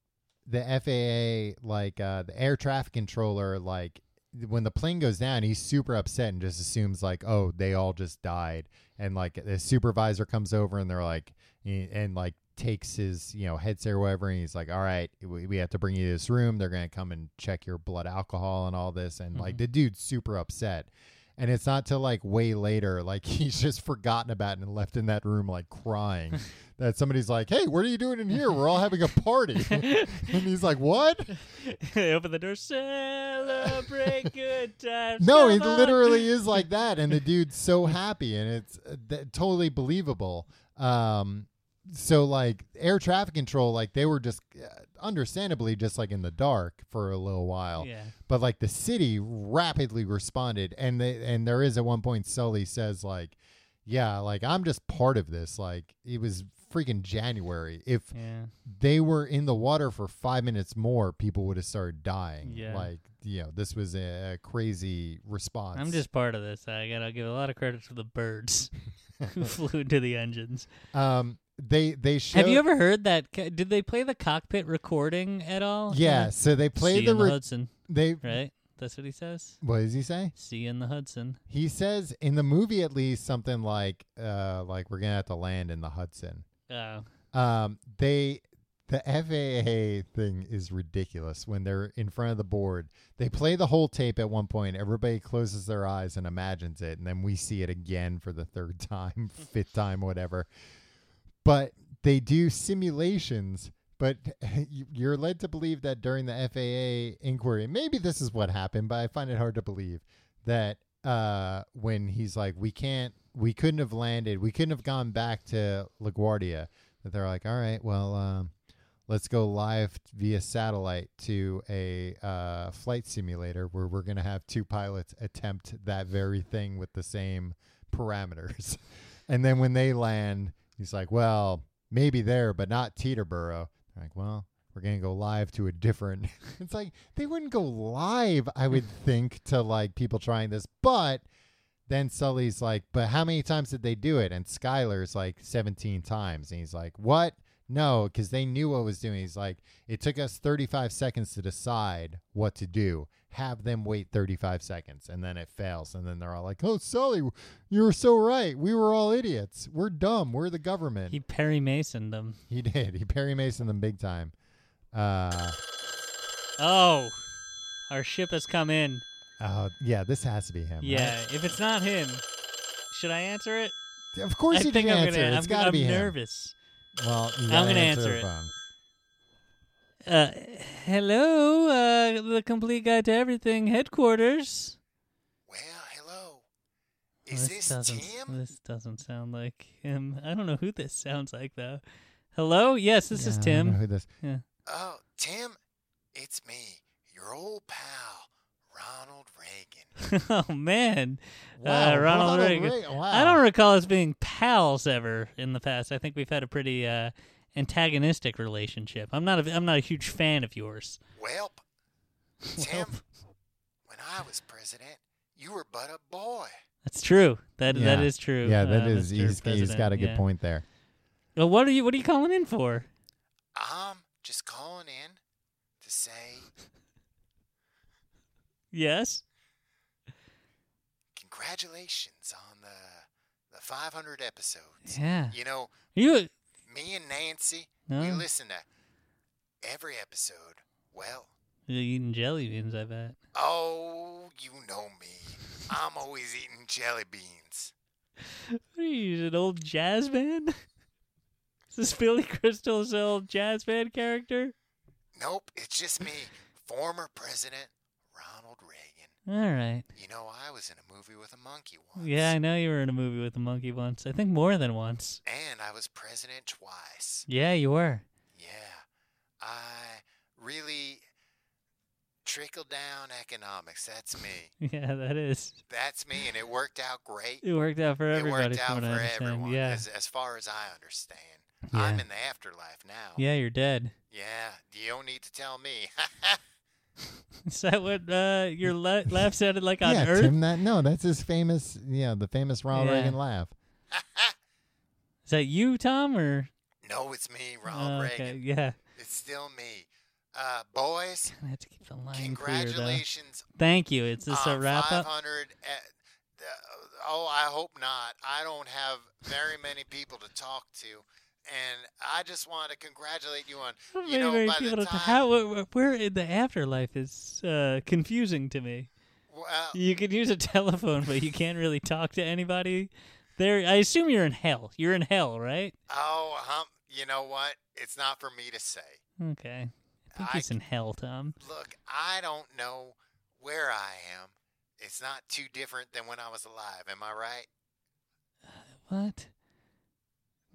A: the FAA, like uh, the air traffic controller, like when the plane goes down, he's super upset and just assumes like, oh, they all just died. And like the supervisor comes over and they're like, and like takes his you know headset or whatever, and he's like, all right, we, we have to bring you to this room. They're gonna come and check your blood alcohol and all this. And
B: Mm-hmm.
A: like the dude's super upset. And it's not till like way later, like he's just forgotten about it and left in that room like crying. that somebody's like, "Hey, what are you doing in here? We're all having a party." and he's like, "What?"
B: they open the door. Celebrate good times.
A: No,
B: Come
A: it
B: on."
A: literally is like that, and the dude's so happy, and it's uh, th- totally believable. Um, so like air traffic control, like they were just uh, understandably just like in the dark for a little while,
B: Yeah.
A: but like the city rapidly responded, and they and there is at one point Sully says like, yeah, like I'm just part of this. Like it was freaking January. If
B: Yeah.
A: they were in the water for five minutes more, people would have started dying.
B: Yeah.
A: Like, you know, this was a, a crazy response.
B: I'm just part of this. I gotta give a lot of credit to the birds who flew into the engines.
A: um they they show
B: Have you ever heard that? c- Did they play the cockpit recording at all?
A: Yeah, so they
B: See
A: play
B: you
A: the,
B: in the
A: re-
B: Hudson,
A: they
B: right? That's what he says.
A: what does he say?
B: See you in the Hudson.
A: He says in the movie at least something like uh like we're gonna have to land in the Hudson.
B: Oh,
A: Um they the FAA thing is ridiculous when they're in front of the board. They play the whole tape at one point. Everybody closes their eyes and imagines it. And then we see it again for the third time, fifth time, whatever. But they do simulations. But you- you're led to believe that during the FAA inquiry, and maybe this is what happened, but I find it hard to believe that uh, when he's like, we can't, we couldn't have landed, we couldn't have gone back to LaGuardia, that they're like, all right, well, um, let's go live via satellite to a uh, flight simulator where we're going to have two pilots attempt that very thing with the same parameters. and then when they land, he's like, well, maybe there, but not Teterboro. They're like, well, we're going to go live to a different. it's like they wouldn't go live, I would think, to like people trying this, but. Then Sully's like, but how many times did they do it? And Skyler's like 17 times. And he's like, what? No, because they knew what was doing. He's like, it took us 35 seconds to decide what to do. Have them wait 35 seconds, and then it fails. And then they're all like, oh, Sully, you were so right. We were all idiots. We're dumb. We're the government.
B: he Perry Masoned them.
A: He did. He Perry Mason them big time. Uh,
B: Oh, our ship has come in.
A: oh, yeah, this has to be him. right?
B: Yeah, if it's not him, should I answer it?
A: Of course
B: I
A: you
B: think
A: can
B: I'm
A: answer.
B: gonna.
A: it.
B: I'm,
A: it's got to
B: I'm
A: be him.
B: nervous.
A: Well, you
B: I'm
A: gotta
B: gonna
A: the
B: answer it.
A: phone.
B: Uh, hello, uh, the complete guide to everything headquarters.
C: Well, hello. Is this,
B: doesn't,
C: Tim?
B: This doesn't sound like him. I don't know who this sounds like though. Hello, yes, this is
A: Yeah, I don't know
B: Tim.
A: Who this?
B: Yeah.
C: Oh, Tim, it's me, your old pal, Ronald Reagan.
B: oh man,
A: Wow,
B: uh, Ronald, Reagan.
A: Reagan. Wow.
B: I don't recall us being pals ever in the past. I think we've had a pretty uh, antagonistic relationship. I'm not. A, I'm not a huge fan of yours.
C: Welp, Tim,
B: Well,
C: when I was president, you were but a boy.
B: that's true. That that
A: Yeah.
B: is true.
A: Yeah, that
B: uh,
A: is.
B: Mr.
A: He's, he's
B: President,
A: got a good
B: yeah.
A: point there.
B: Well, what are you? What are you calling in for?
C: I'm just calling in to say
B: Yes.
C: congratulations on the the 500 episodes.
B: Yeah.
C: You know,
B: You.
C: me and Nancy, we
B: No.
C: listen to every episode. Well,
B: You're eating jelly beans. I bet.
C: oh, you know me. I'm always eating jelly beans.
B: What are you, an old jazz band? Is this Billy Crystal's old jazz band character?
C: Nope, it's just me, former president Ronald Reagan.
B: All right.
C: You know, I was in a movie with a monkey once.
B: Yeah, I know you were in a movie with a monkey once. I think more than once.
C: And I was president twice.
B: Yeah, you were.
C: Yeah. I really trickle down economics. That's me.
B: Yeah, that is.
C: That's me, and it worked out great.
B: It worked out for
C: It
B: everybody.
C: worked
B: from
C: out
B: what
C: for
B: I understand.
C: everyone,
B: Yeah.
C: as, as far as I understand. I'm
B: Yeah.
C: in the afterlife now.
B: Yeah, you're dead.
C: Yeah, you don't need to tell me.
B: Is that what uh, your la- laugh sounded like on
A: yeah,
B: Earth?
A: Tim. That no, that's his famous. Yeah, the famous Ronald
B: Yeah.
A: Reagan laugh.
B: Is that you, Tom, or
C: no, it's me, Ronald
B: Oh,
C: Reagan.
B: Okay, yeah.
C: It's still me. Uh, Uh, boys,
B: I have to keep the line clear, though.
C: congratulations
B: Thank you. Is this
C: on
B: a wrap up?
C: 500. At, uh, oh, I hope not. I don't have very many people to talk to. And I just want to congratulate you on, you know, by the time,
B: how, where, where in the afterlife is uh, confusing to me.
C: well,
B: You can use a telephone, but you can't really talk to anybody. There, I assume you're in hell. You're in hell, right?
C: oh, hum, you know what? It's not for me to say.
B: Okay. I think
C: I
B: he's in hell, Tom.
C: Look, I don't know where I am. It's not too different than when I was alive. Am I right?
B: What?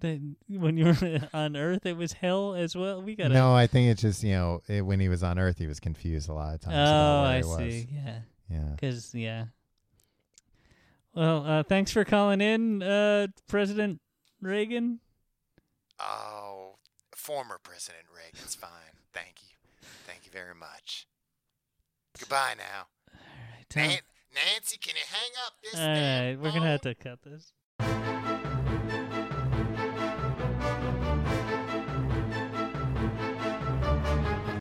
B: The, when you were on Earth, it was hell as well. We got
A: No, I think it's just you know it, when he was on Earth, he was confused a lot of times. about
B: Oh,
A: where
B: I
A: he was.
B: see. Yeah.
A: Yeah.
B: Because yeah. Well, uh, thanks for calling in, uh, President Reagan.
C: Oh, former President Reagan's fine. Thank you. Thank you very much. Goodbye now.
B: All right, Tom.
C: Nan- Nancy, can you hang up this
B: All right,
C: damn
B: we're gonna have
C: phone?
B: to cut this.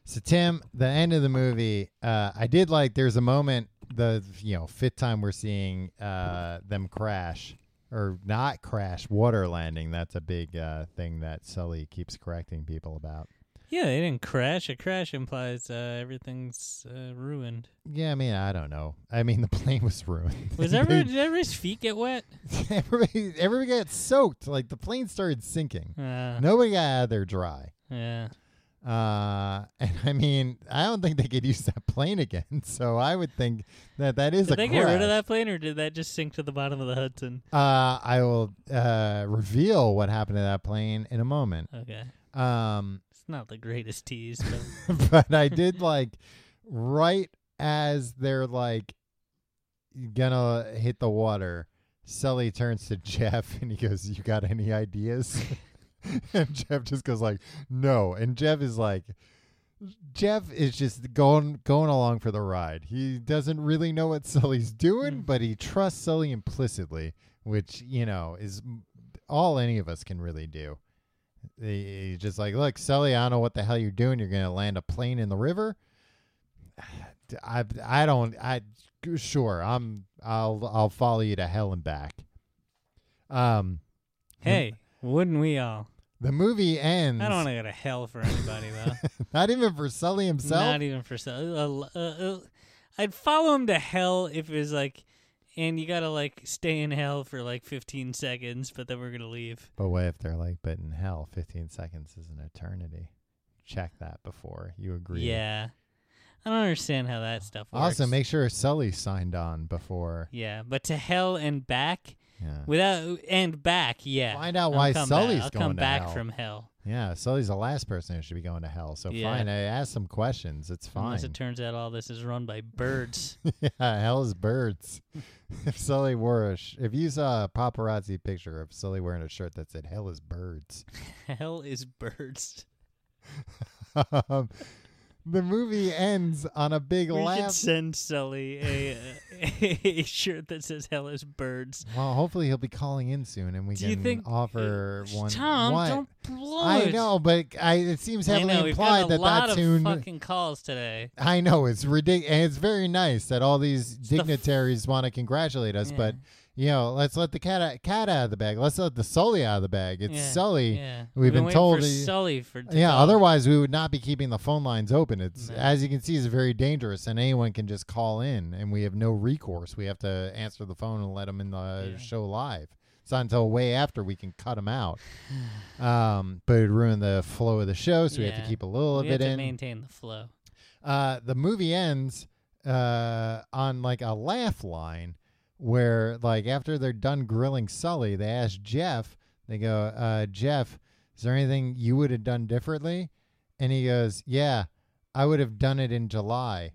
A: So Tim, the end of the movie, uh, I did like. There's a moment, the you know fifth time we're seeing uh, them crash or not crash, water landing. That's a big uh, thing that Sully keeps correcting people about.
B: Yeah, they didn't crash. A crash implies uh, everything's uh, ruined.
A: Yeah, I mean, I don't know. I mean, the plane was ruined.
B: Was
A: They-
B: ever did everybody's feet get wet?
A: everybody, everybody got soaked. Like the plane started sinking.
B: Uh,
A: Nobody got out of there dry.
B: Yeah.
A: Uh, and I mean, I don't think they could use that plane again. So I would think that that is
B: Did
A: a
B: they get rid
A: crash.
B: of that plane, or did that just sink to the bottom of the Hudson?
A: Uh, I will uh, reveal what happened to that plane in a moment.
B: Okay,
A: Um,
B: it's not the greatest tease, but
A: but I did like right as they're like gonna hit the water. Sully turns to Jeff and he goes, "You got any ideas?" and Jeff just goes like, "No." And Jeff is like, Jeff is just going going along for the ride. He doesn't really know what Sully's doing, but he trusts Sully implicitly, which you know is m- all any of us can really do. He- He's just like, look, Sully, I don't know what the hell you're doing. You're gonna land a plane in the river. I I don't I sure I'm I'll I'll follow you to hell and back. Um,
B: hey, wouldn't we all?
A: the movie ends.
B: I don't want to go to hell for anybody though.
A: Not even for Sully himself.
B: Not e-, even for so. Uh, uh, uh, I'd follow him to hell if it was like, and you gotta like stay in hell for like 15 seconds, but then we're gonna leave.
A: But what if they're like, but in hell, 15 seconds is an eternity? Check that before you agree.
B: Yeah, I don't understand how that stuff works.
A: Also, make sure Sully signed on before.
B: yeah, but to hell and back
A: Yeah.
B: without and back. Yeah,
A: Find out
B: I'll
A: why
B: come
A: Sully's
B: back. I'll
A: going
B: come
A: to
B: back
A: hell.
B: from hell.
A: yeah. Sully's the last person who should be going to hell. So
B: Yeah.
A: fine. I asked some questions. It's fine.
B: Unless it turns out all this is run by birds.
A: yeah. Hell is birds. if Sully wore a, sh- if you saw a paparazzi picture of Sully wearing a shirt that said hell is birds,
B: hell is birds.
A: um, the movie ends on a big
B: We should
A: laugh.
B: send Sully a, a, a shirt that says "Hell is birds."
A: Well, hopefully he'll be calling in soon, and we
B: Do
A: can
B: you think
A: offer
B: Shh,
A: one.
B: Tom,
A: What?
B: don't blow
A: I
B: it.
A: know, but I, it seems
B: I
A: heavily
B: know we've
A: implied
B: got a
A: that
B: lot
A: that
B: of
A: tune.
B: fucking calls today.
A: I know it's ridiculous, and it's very nice that all these
B: the f-
A: dignitaries want to congratulate us,
B: Yeah.
A: but you know, let's let the cat out, cat out of the bag. Let's let the Sully out of the bag. It's
B: Yeah,
A: Sully.
B: Yeah.
A: We've been
B: waiting
A: told
B: for
A: he-
B: Sully for to
A: Yeah,
B: call.
A: otherwise we would not be keeping the phone lines open. It's
B: No.
A: as you can see, it's very dangerous, and anyone can just call in, and we have no recourse. We have to answer the phone and let them in the
B: Yeah.
A: show live. It's not until way after we can cut them out. um, but it ruin the flow of the show, so we have to
B: Yeah.
A: keep a little of
B: we
A: it
B: have to
A: in.
B: maintain the flow.
A: uh, the movie ends uh, on like a laugh line where like after they're done grilling Sully, they ask Jeff, they go, uh, Jeff, is there anything you would have done differently? And he goes, Yeah, I would have done it in July.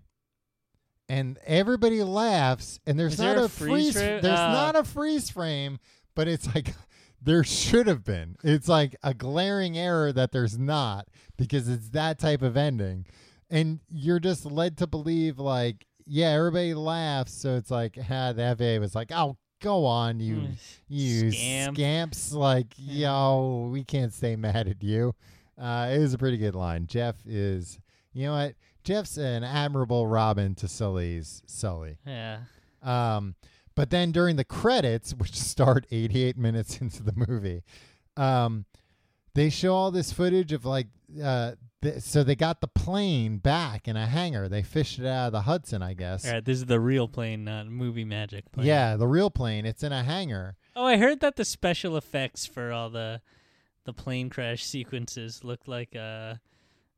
A: And everybody laughs, and there's
B: Is
A: not
B: there a
A: freeze.
B: freeze fra-
A: there's
B: uh,
A: not a freeze frame, but it's like there should have been. It's like a glaring error that there's not because it's that type of ending, and you're just led to believe like, yeah, everybody laughs, so it's like, ah, the FAA was like, oh, go on, you
B: Mm,
A: you
B: scamp.
A: scamps, like, yo, we can't stay mad at you. Uh, it was a pretty good line. Jeff is You know what? Jeff's an admirable Robin to Sully's Sully.
B: Yeah.
A: Um, but then during the credits, which start 88 minutes into the movie, um, they show all this footage of like, uh, th- so they got the plane back in a hangar. They fished it out of the Hudson, I guess.
B: All right. This is the real plane, not movie magic plane.
A: Yeah, the real plane. It's in a hangar.
B: Oh, I heard that the special effects for all the the plane crash sequences looked like a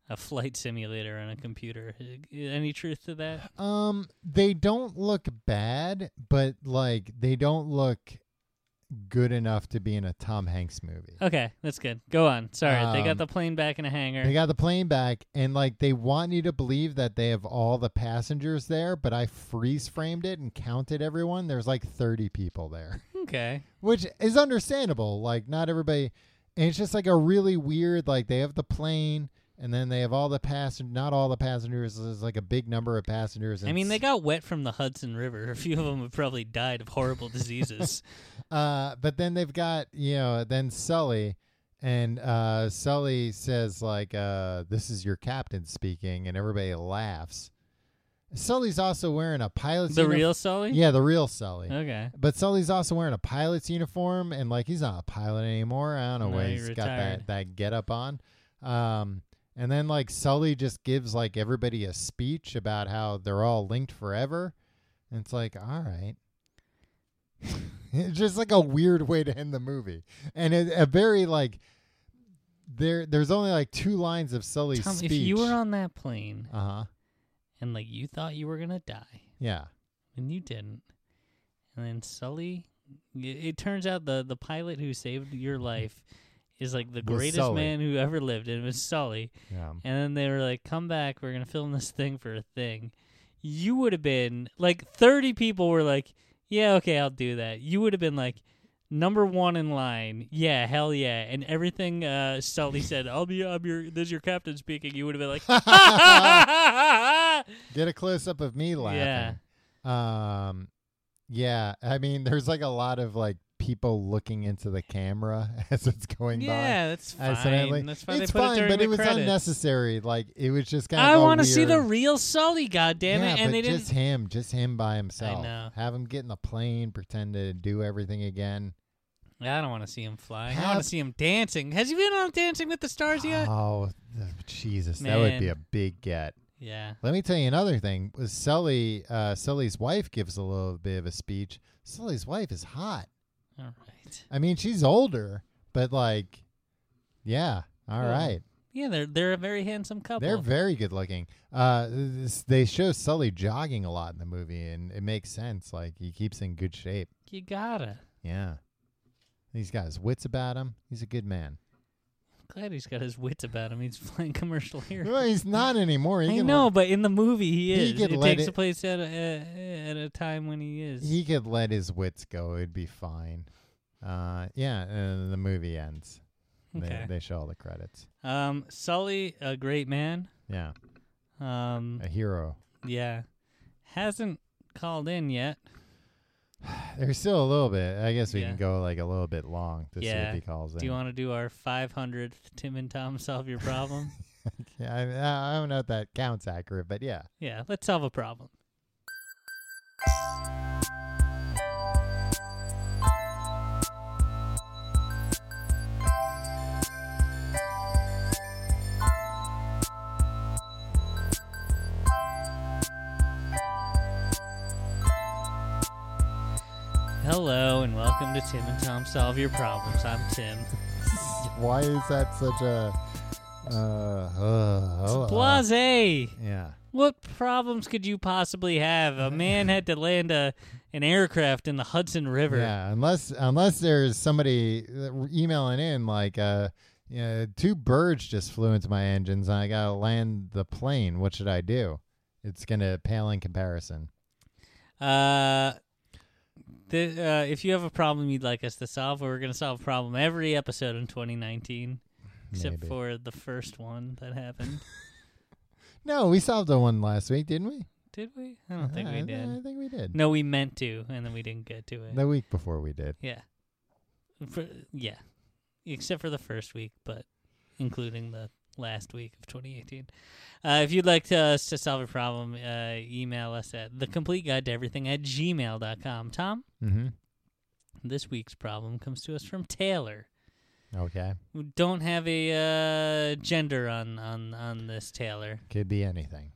B: a flight simulator on a computer. Any truth to that?
A: Um, they don't look bad, but like they don't look good enough to be in a Tom Hanks movie.
B: Okay, that's good. Go on. Sorry, they
A: Um,
B: got the plane back in a hangar.
A: They got the plane back, and like they want you to believe that they have all the passengers there, but I freeze framed it and counted everyone. There's like 30 people there,
B: okay.
A: which is understandable. Like, not everybody, and it's just like a really weird, like, they have the plane. And then they have all the passengers, not all the passengers. There's like a big number of passengers. And
B: I mean, they
A: s-
B: got wet from the Hudson River. A few of them have probably died of horrible diseases.
A: Uh, but then they've got you know then Sully, and uh, Sully says like, uh, "This is your captain speaking," and everybody laughs. Sully's also wearing a pilot's
B: the
A: uni-
B: real Sully?
A: yeah, the real Sully.
B: Okay.
A: But Sully's also wearing a pilot's uniform, and like he's not a pilot anymore. I don't know
B: No,
A: where
B: he
A: he's got that
B: retired.
A: that get up on. Um, and then like Sully just gives like everybody a speech about how they're all linked forever, and it's like all right. it's just like a weird way to end the movie, and it, a very like there. There's only like two lines of Sully's
B: Tom,
A: speech.
B: if you were on that plane
A: uh huh,
B: and like you thought you were gonna die
A: yeah,
B: and you didn't, and then Sully, y- it turns out the the pilot who saved your life is like the
A: Was
B: greatest
A: Sully.
B: man who ever lived, and it was Sully.
A: yeah.
B: And then they were like, "Come back, we're gonna film this thing for a thing." You would have been like thirty people were like, "Yeah, okay, I'll do that." You would have been like. Number one in line, yeah, hell yeah, and everything uh, Sully said. I'll be, I'm your, this is your captain speaking. You would have been like,
A: Get a close up of me laughing. Yeah. Um yeah, I mean there's like a lot of like people looking into the camera as it's going
B: yeah, that's
A: by. accidentally.
B: fine. That's fine.
A: It's
B: they put
A: fine,
B: it during
A: but
B: the
A: it was
B: credits.
A: unnecessary. Like it was just kind
B: I
A: of want
B: want to see the real Sully, goddammit.
A: yeah,
B: and
A: but
B: they
A: just
B: didn't.
A: him, just him by himself.
B: know.
A: Have him get in the plane, pretend to do everything again.
B: I don't want to see him flying. I want
A: Have-
B: to see him dancing. Has he been on Dancing with the Stars yet?
A: Oh th- Jesus, that would be
B: Man.
A: a big get.
B: yeah.
A: Let me tell you another thing. Was Sully, uh, Sully's wife gives a little bit of a speech. Sully's wife is hot.
B: All right.
A: I mean, she's older, but like, yeah, all
B: Yeah.
A: right.
B: Yeah, they're they're a very handsome couple.
A: They're very good looking. Uh, this, they show Sully jogging a lot in the movie, and it makes sense. Like he keeps in good shape.
B: you gotta.
A: Yeah, he's got his wits about him. He's a good man.
B: Glad he's got his wits about him. He's playing commercial here.
A: No, he's not anymore. He
B: I
A: can-
B: know, but in the movie he
A: He
B: is.
A: could
B: it
A: let
B: takes
A: it-
B: place at a, uh, at a time when he is.
A: He could let his wits go. It'd be fine. Uh, yeah, and the movie ends.
B: Okay.
A: They, they show all the credits.
B: um, Sully, a great man.
A: Yeah,
B: Um,
A: a hero.
B: yeah, hasn't called in yet.
A: There's still a little bit. I guess we
B: Yeah.
A: can go like a little bit long to see if
B: Yeah.
A: he calls in.
B: Do you want to do our 500th Tim and Tom solve your problem?
A: Yeah, I, I don't know if that counts accurate, but yeah.
B: yeah, let's solve a problem. Hello and welcome to Tim and Tom Solve Your Problems. I'm Tim.
A: Why is that such a uh, uh,
B: It's
A: oh, uh,
B: Blase.
A: Yeah.
B: What problems could you possibly have? A man had to land a an aircraft in the Hudson River.
A: Yeah, unless unless there's somebody uh, emailing in like uh yeah, two birds just flew into my engines and I got to land the plane. What should I do? It's going to pale in comparison.
B: Uh, the, uh, if you have a problem you'd like us to solve, we're going to solve a problem every episode in 2019, except
A: Maybe.
B: for the first one that happened.
A: No, we solved the one last week, didn't we?
B: did we? I don't think
A: I-
B: we
A: I
B: did.
A: think we did.
B: No, we meant to, and then we didn't get to it.
A: The week before we did.
B: Yeah. For, yeah. Except for the first week, but including the last week of 2018. Uh, if you'd like to, us to solve a problem, uh, email us at the complete guide to everything at gmail.com. Tom,
A: Mm-hmm.
B: this week's problem comes to us from Taylor.
A: Okay.
B: We don't have a uh, gender on, on, on this, Taylor.
A: Could be anything.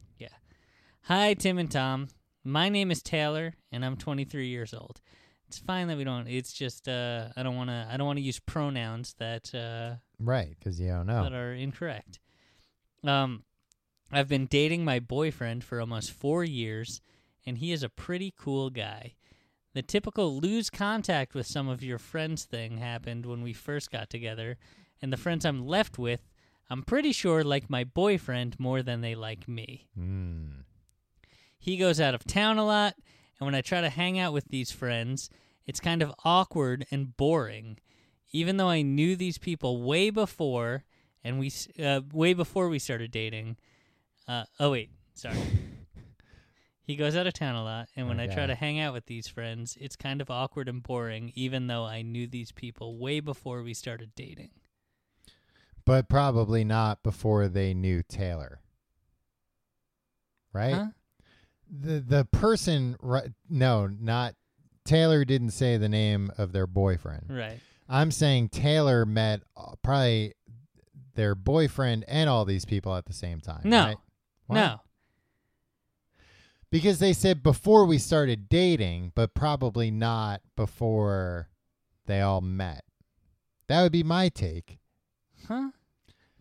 B: Hi, Tim and Tom. My name is Taylor, and I'm 23 years old. It's fine that we don't. It's just uh, I don't want to. I don't want to use pronouns that uh,
A: Right, because you don't know.
B: that are incorrect. Um, I've been dating my boyfriend for almost four years, and he is a pretty cool guy. The typical lose contact with some of your friends thing happened when we first got together, and the friends I'm left with, I'm pretty sure like my boyfriend more than they like me.
A: Mm.
B: He goes out of town a lot, and when I try to hang out with these friends, it's kind of awkward and boring. Even though I knew these people way before, and we s- uh, way before we started dating. Uh, oh wait, sorry. he goes out of town a lot, and when I try
A: Okay.
B: to hang out with these friends, it's kind of awkward and boring. Even though I knew these people way before we started dating.
A: But probably not before they knew Taylor. Right?
B: Huh?
A: The the person ri- no, not Taylor didn't say the name of their boyfriend.
B: Right.
A: I'm saying Taylor met uh, probably their boyfriend and all these people at the same time.
B: No.
A: right? Why?
B: No.
A: Because they said before we started dating, but probably not before they all met. That would be my take.
B: Huh?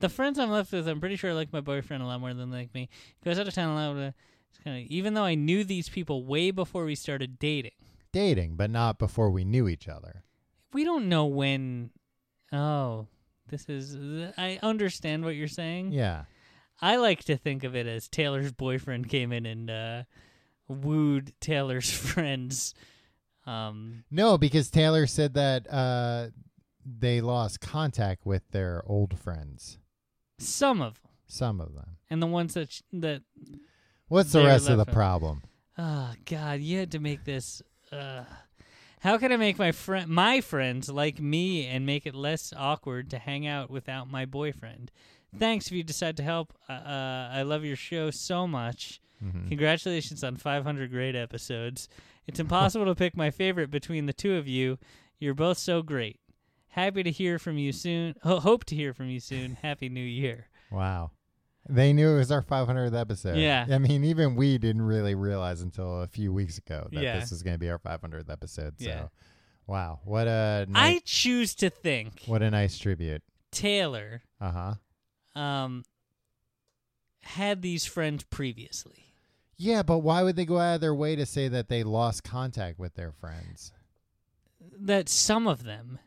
B: The friends I'm left with, I'm pretty sure like my boyfriend a lot more than they like me. Goes out of town a lot. uh, It's kind of even though I knew these people way before we started dating.
A: Dating, but not before we knew each other.
B: We don't know when. Oh, this is. I understand what you're saying.
A: Yeah.
B: I like to think of it as Taylor's boyfriend came in and uh, wooed Taylor's friends. Um,
A: No, because Taylor said that uh, they lost contact with their old friends,
B: some of them,
A: some of them.
B: and the ones that sh- that.
A: What's the
B: They're
A: rest of the
B: left with-
A: problem?
B: Oh God, you had to make this. Uh, how can I make my friend, my friends, like me, and make it less awkward to hang out without my boyfriend? Thanks if you decide to help. Uh, uh, I love your show so much. Congratulations on 500 great episodes. It's impossible to pick my favorite between the two of you. You're both so great. Happy to hear from you soon. Ho- hope to hear from you soon. Happy New Year.
A: Wow. They knew it was our 500th episode.
B: Yeah.
A: I mean, even we didn't really realize until a few weeks ago that
B: Yeah.
A: this was going to be our 500th episode. So,
B: Yeah.
A: wow. What a
B: I
A: nice,
B: choose to think
A: what a nice tribute.
B: Taylor
A: Uh huh.
B: um, had these friends previously.
A: Yeah, but why would they go out of their way to say that they lost contact with their friends?
B: That some of them,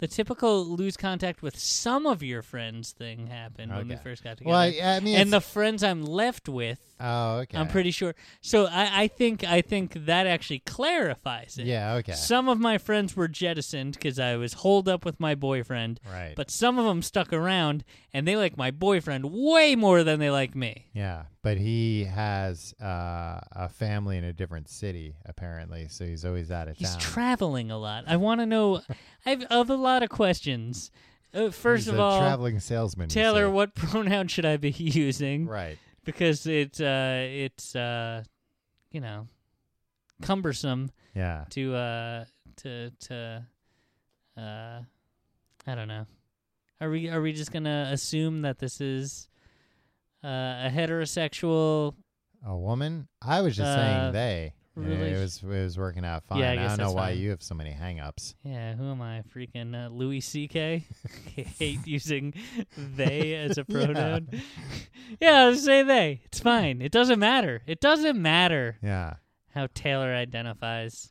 B: the typical lose contact with some of your friends thing happened when we
A: Okay.
B: first got together.
A: Well, I, I mean,
B: and the
A: it's-
B: friends I'm left with,
A: oh, okay.
B: I'm pretty sure. So I, I think I think that actually clarifies it.
A: Yeah, okay.
B: Some of my friends were jettisoned because I was holed up with my boyfriend,
A: right.
B: but some of them stuck around, and they like my boyfriend way more than they like me.
A: yeah, but he has uh, a family in a different city apparently, so he's always out of
B: He's
A: town.
B: traveling a lot. I want to know. I have a lot of questions. Uh, first
A: He's
B: of
A: a
B: all,
A: traveling salesman. you
B: Taylor,
A: see.
B: what pronoun should I be using?
A: Right.
B: Because it's uh, it's uh, you know, cumbersome
A: Yeah.
B: to uh, to to uh, I don't know. Are we are we just gonna assume that this is uh, a heterosexual?
A: A woman? I was just
B: Uh,
A: saying they. and
B: relation-
A: It was it was working out fine.
B: Yeah, I
A: I,
B: guess
A: don't know
B: that's
A: why
B: fine.
A: you have so many hangups.
B: Yeah, who am I? Freaking uh, Louis C.K. I hate using they as a
A: Yeah.
B: pronoun. yeah, say they. It's fine. It doesn't matter. It doesn't matter.
A: Yeah.
B: how Taylor identifies.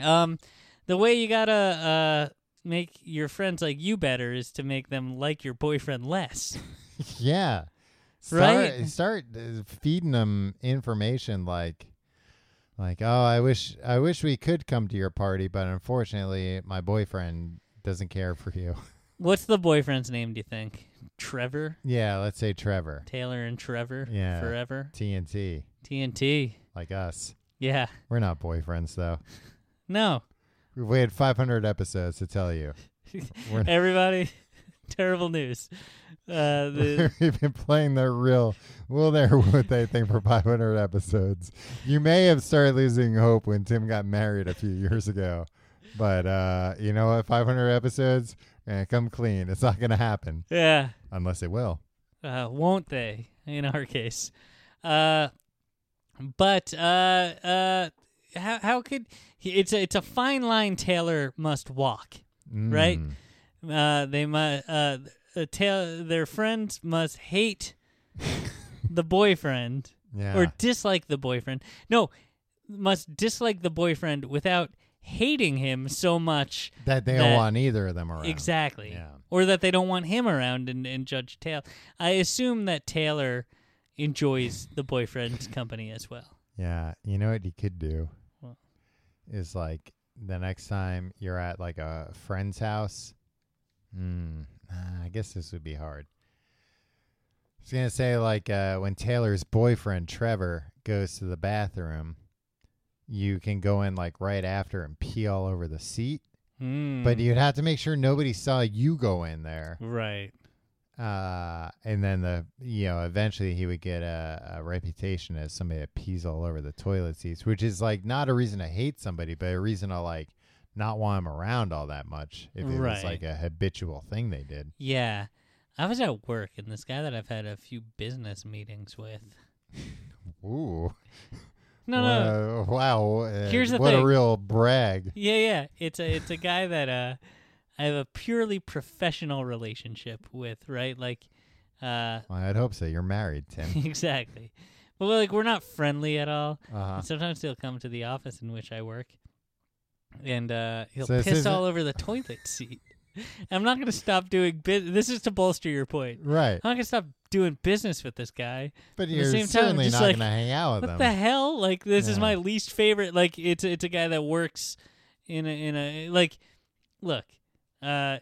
B: Um, the way you gotta uh make your friends like you better is to make them like your boyfriend less.
A: Yeah. Start,
B: Right?
A: Start uh, feeding them information like like oh, I wish I wish we could come to your party, but unfortunately, my boyfriend doesn't care for you.
B: What's the boyfriend's name? Do you think Trevor,
A: yeah, let's say Trevor.
B: Taylor, and Trevor?
A: Yeah.
B: forever.
A: TNT
B: TNT.
A: like us.
B: Yeah.
A: We're not boyfriends though.
B: No,
A: We've waited 500 episodes to tell you. We're
B: everybody. terrible news. Uh, Uh, the,
A: We've been playing the real will they or would they thing for 500 episodes. You may have started losing hope when Tim got married a few years ago, but uh, you know what? 500 episodes, eh, come clean. It's not going to happen
B: yeah.
A: unless it will.
B: uh, won't they? In our case, uh, but uh, uh, how how could it's a it's a fine line Taylor must walk, right? Uh, they must uh, uh, Taylor, their friends must hate the boyfriend
A: Yeah.
B: or dislike the boyfriend. No, must dislike the boyfriend without hating him so much
A: that they
B: that-
A: don't want either of them around.
B: Exactly.
A: Yeah.
B: Or that they don't want him around and, and Judge Taylor. I assume that Taylor enjoys the boyfriend's company as well.
A: Yeah. You know what you could do
B: What?
A: is like the next time you're at like a friend's house. Hmm. ah, I guess this would be hard. I was gonna say like uh, when Taylor's boyfriend Trevor goes to the bathroom, you can go in like right after and pee all over the seat,
B: Mm.
A: but you'd have to make sure nobody saw you go in there.
B: Right.
A: Uh, and then the you know eventually he would get a, a reputation as somebody that pees all over the toilet seats, which is like not a reason to hate somebody, but a reason to like not want him around all that much if it
B: Right.
A: was like a habitual thing they did.
B: Yeah. I was at work and this guy that I've had a few business meetings with.
A: Ooh,
B: No, no.
A: Wha- wow! uh,
B: Here's the
A: what
B: thing.
A: a real brag.
B: Yeah, yeah. It's a it's a guy that uh I have a purely professional relationship with, right? Like uh
A: Well, I'd hope so. You're married, Tim.
B: exactly. But like we're not friendly at all.
A: Uh-huh.
B: And sometimes he'll come to the office in which I work, and uh, he'll
A: So this
B: piss
A: isn't-
B: all over the toilet seat. I'm not going to stop doing business. This is to bolster your point.
A: right,
B: I'm not going to stop doing business with this guy.
A: but
B: the
A: you're
B: same time,
A: certainly
B: just
A: not
B: like,
A: gonna hang out with them.
B: what the hell? Like this is
A: Yeah.
B: my least favorite. Like it's it's a guy that works in a in a like look. Uh,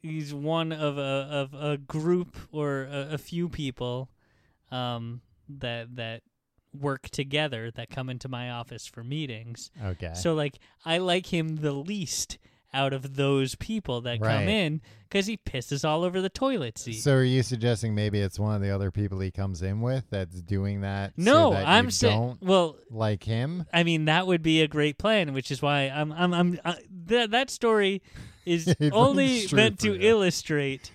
B: he's one of a of a group or a, a few people, um that that work together that come into my office for meetings.
A: okay.
B: So like I like him the least out of those people that
A: Right.
B: come in because he pisses all over the toilet seat.
A: So are you suggesting maybe it's one of the other people he comes in with that's doing that? so
B: no,
A: that
B: I'm
A: you
B: saying.
A: don't
B: Well,
A: like him.
B: I mean that would be a great plan, which is why I'm I'm I'm uh, th- that story is
A: It rings
B: only
A: true
B: meant
A: for
B: to
A: you.
B: illustrate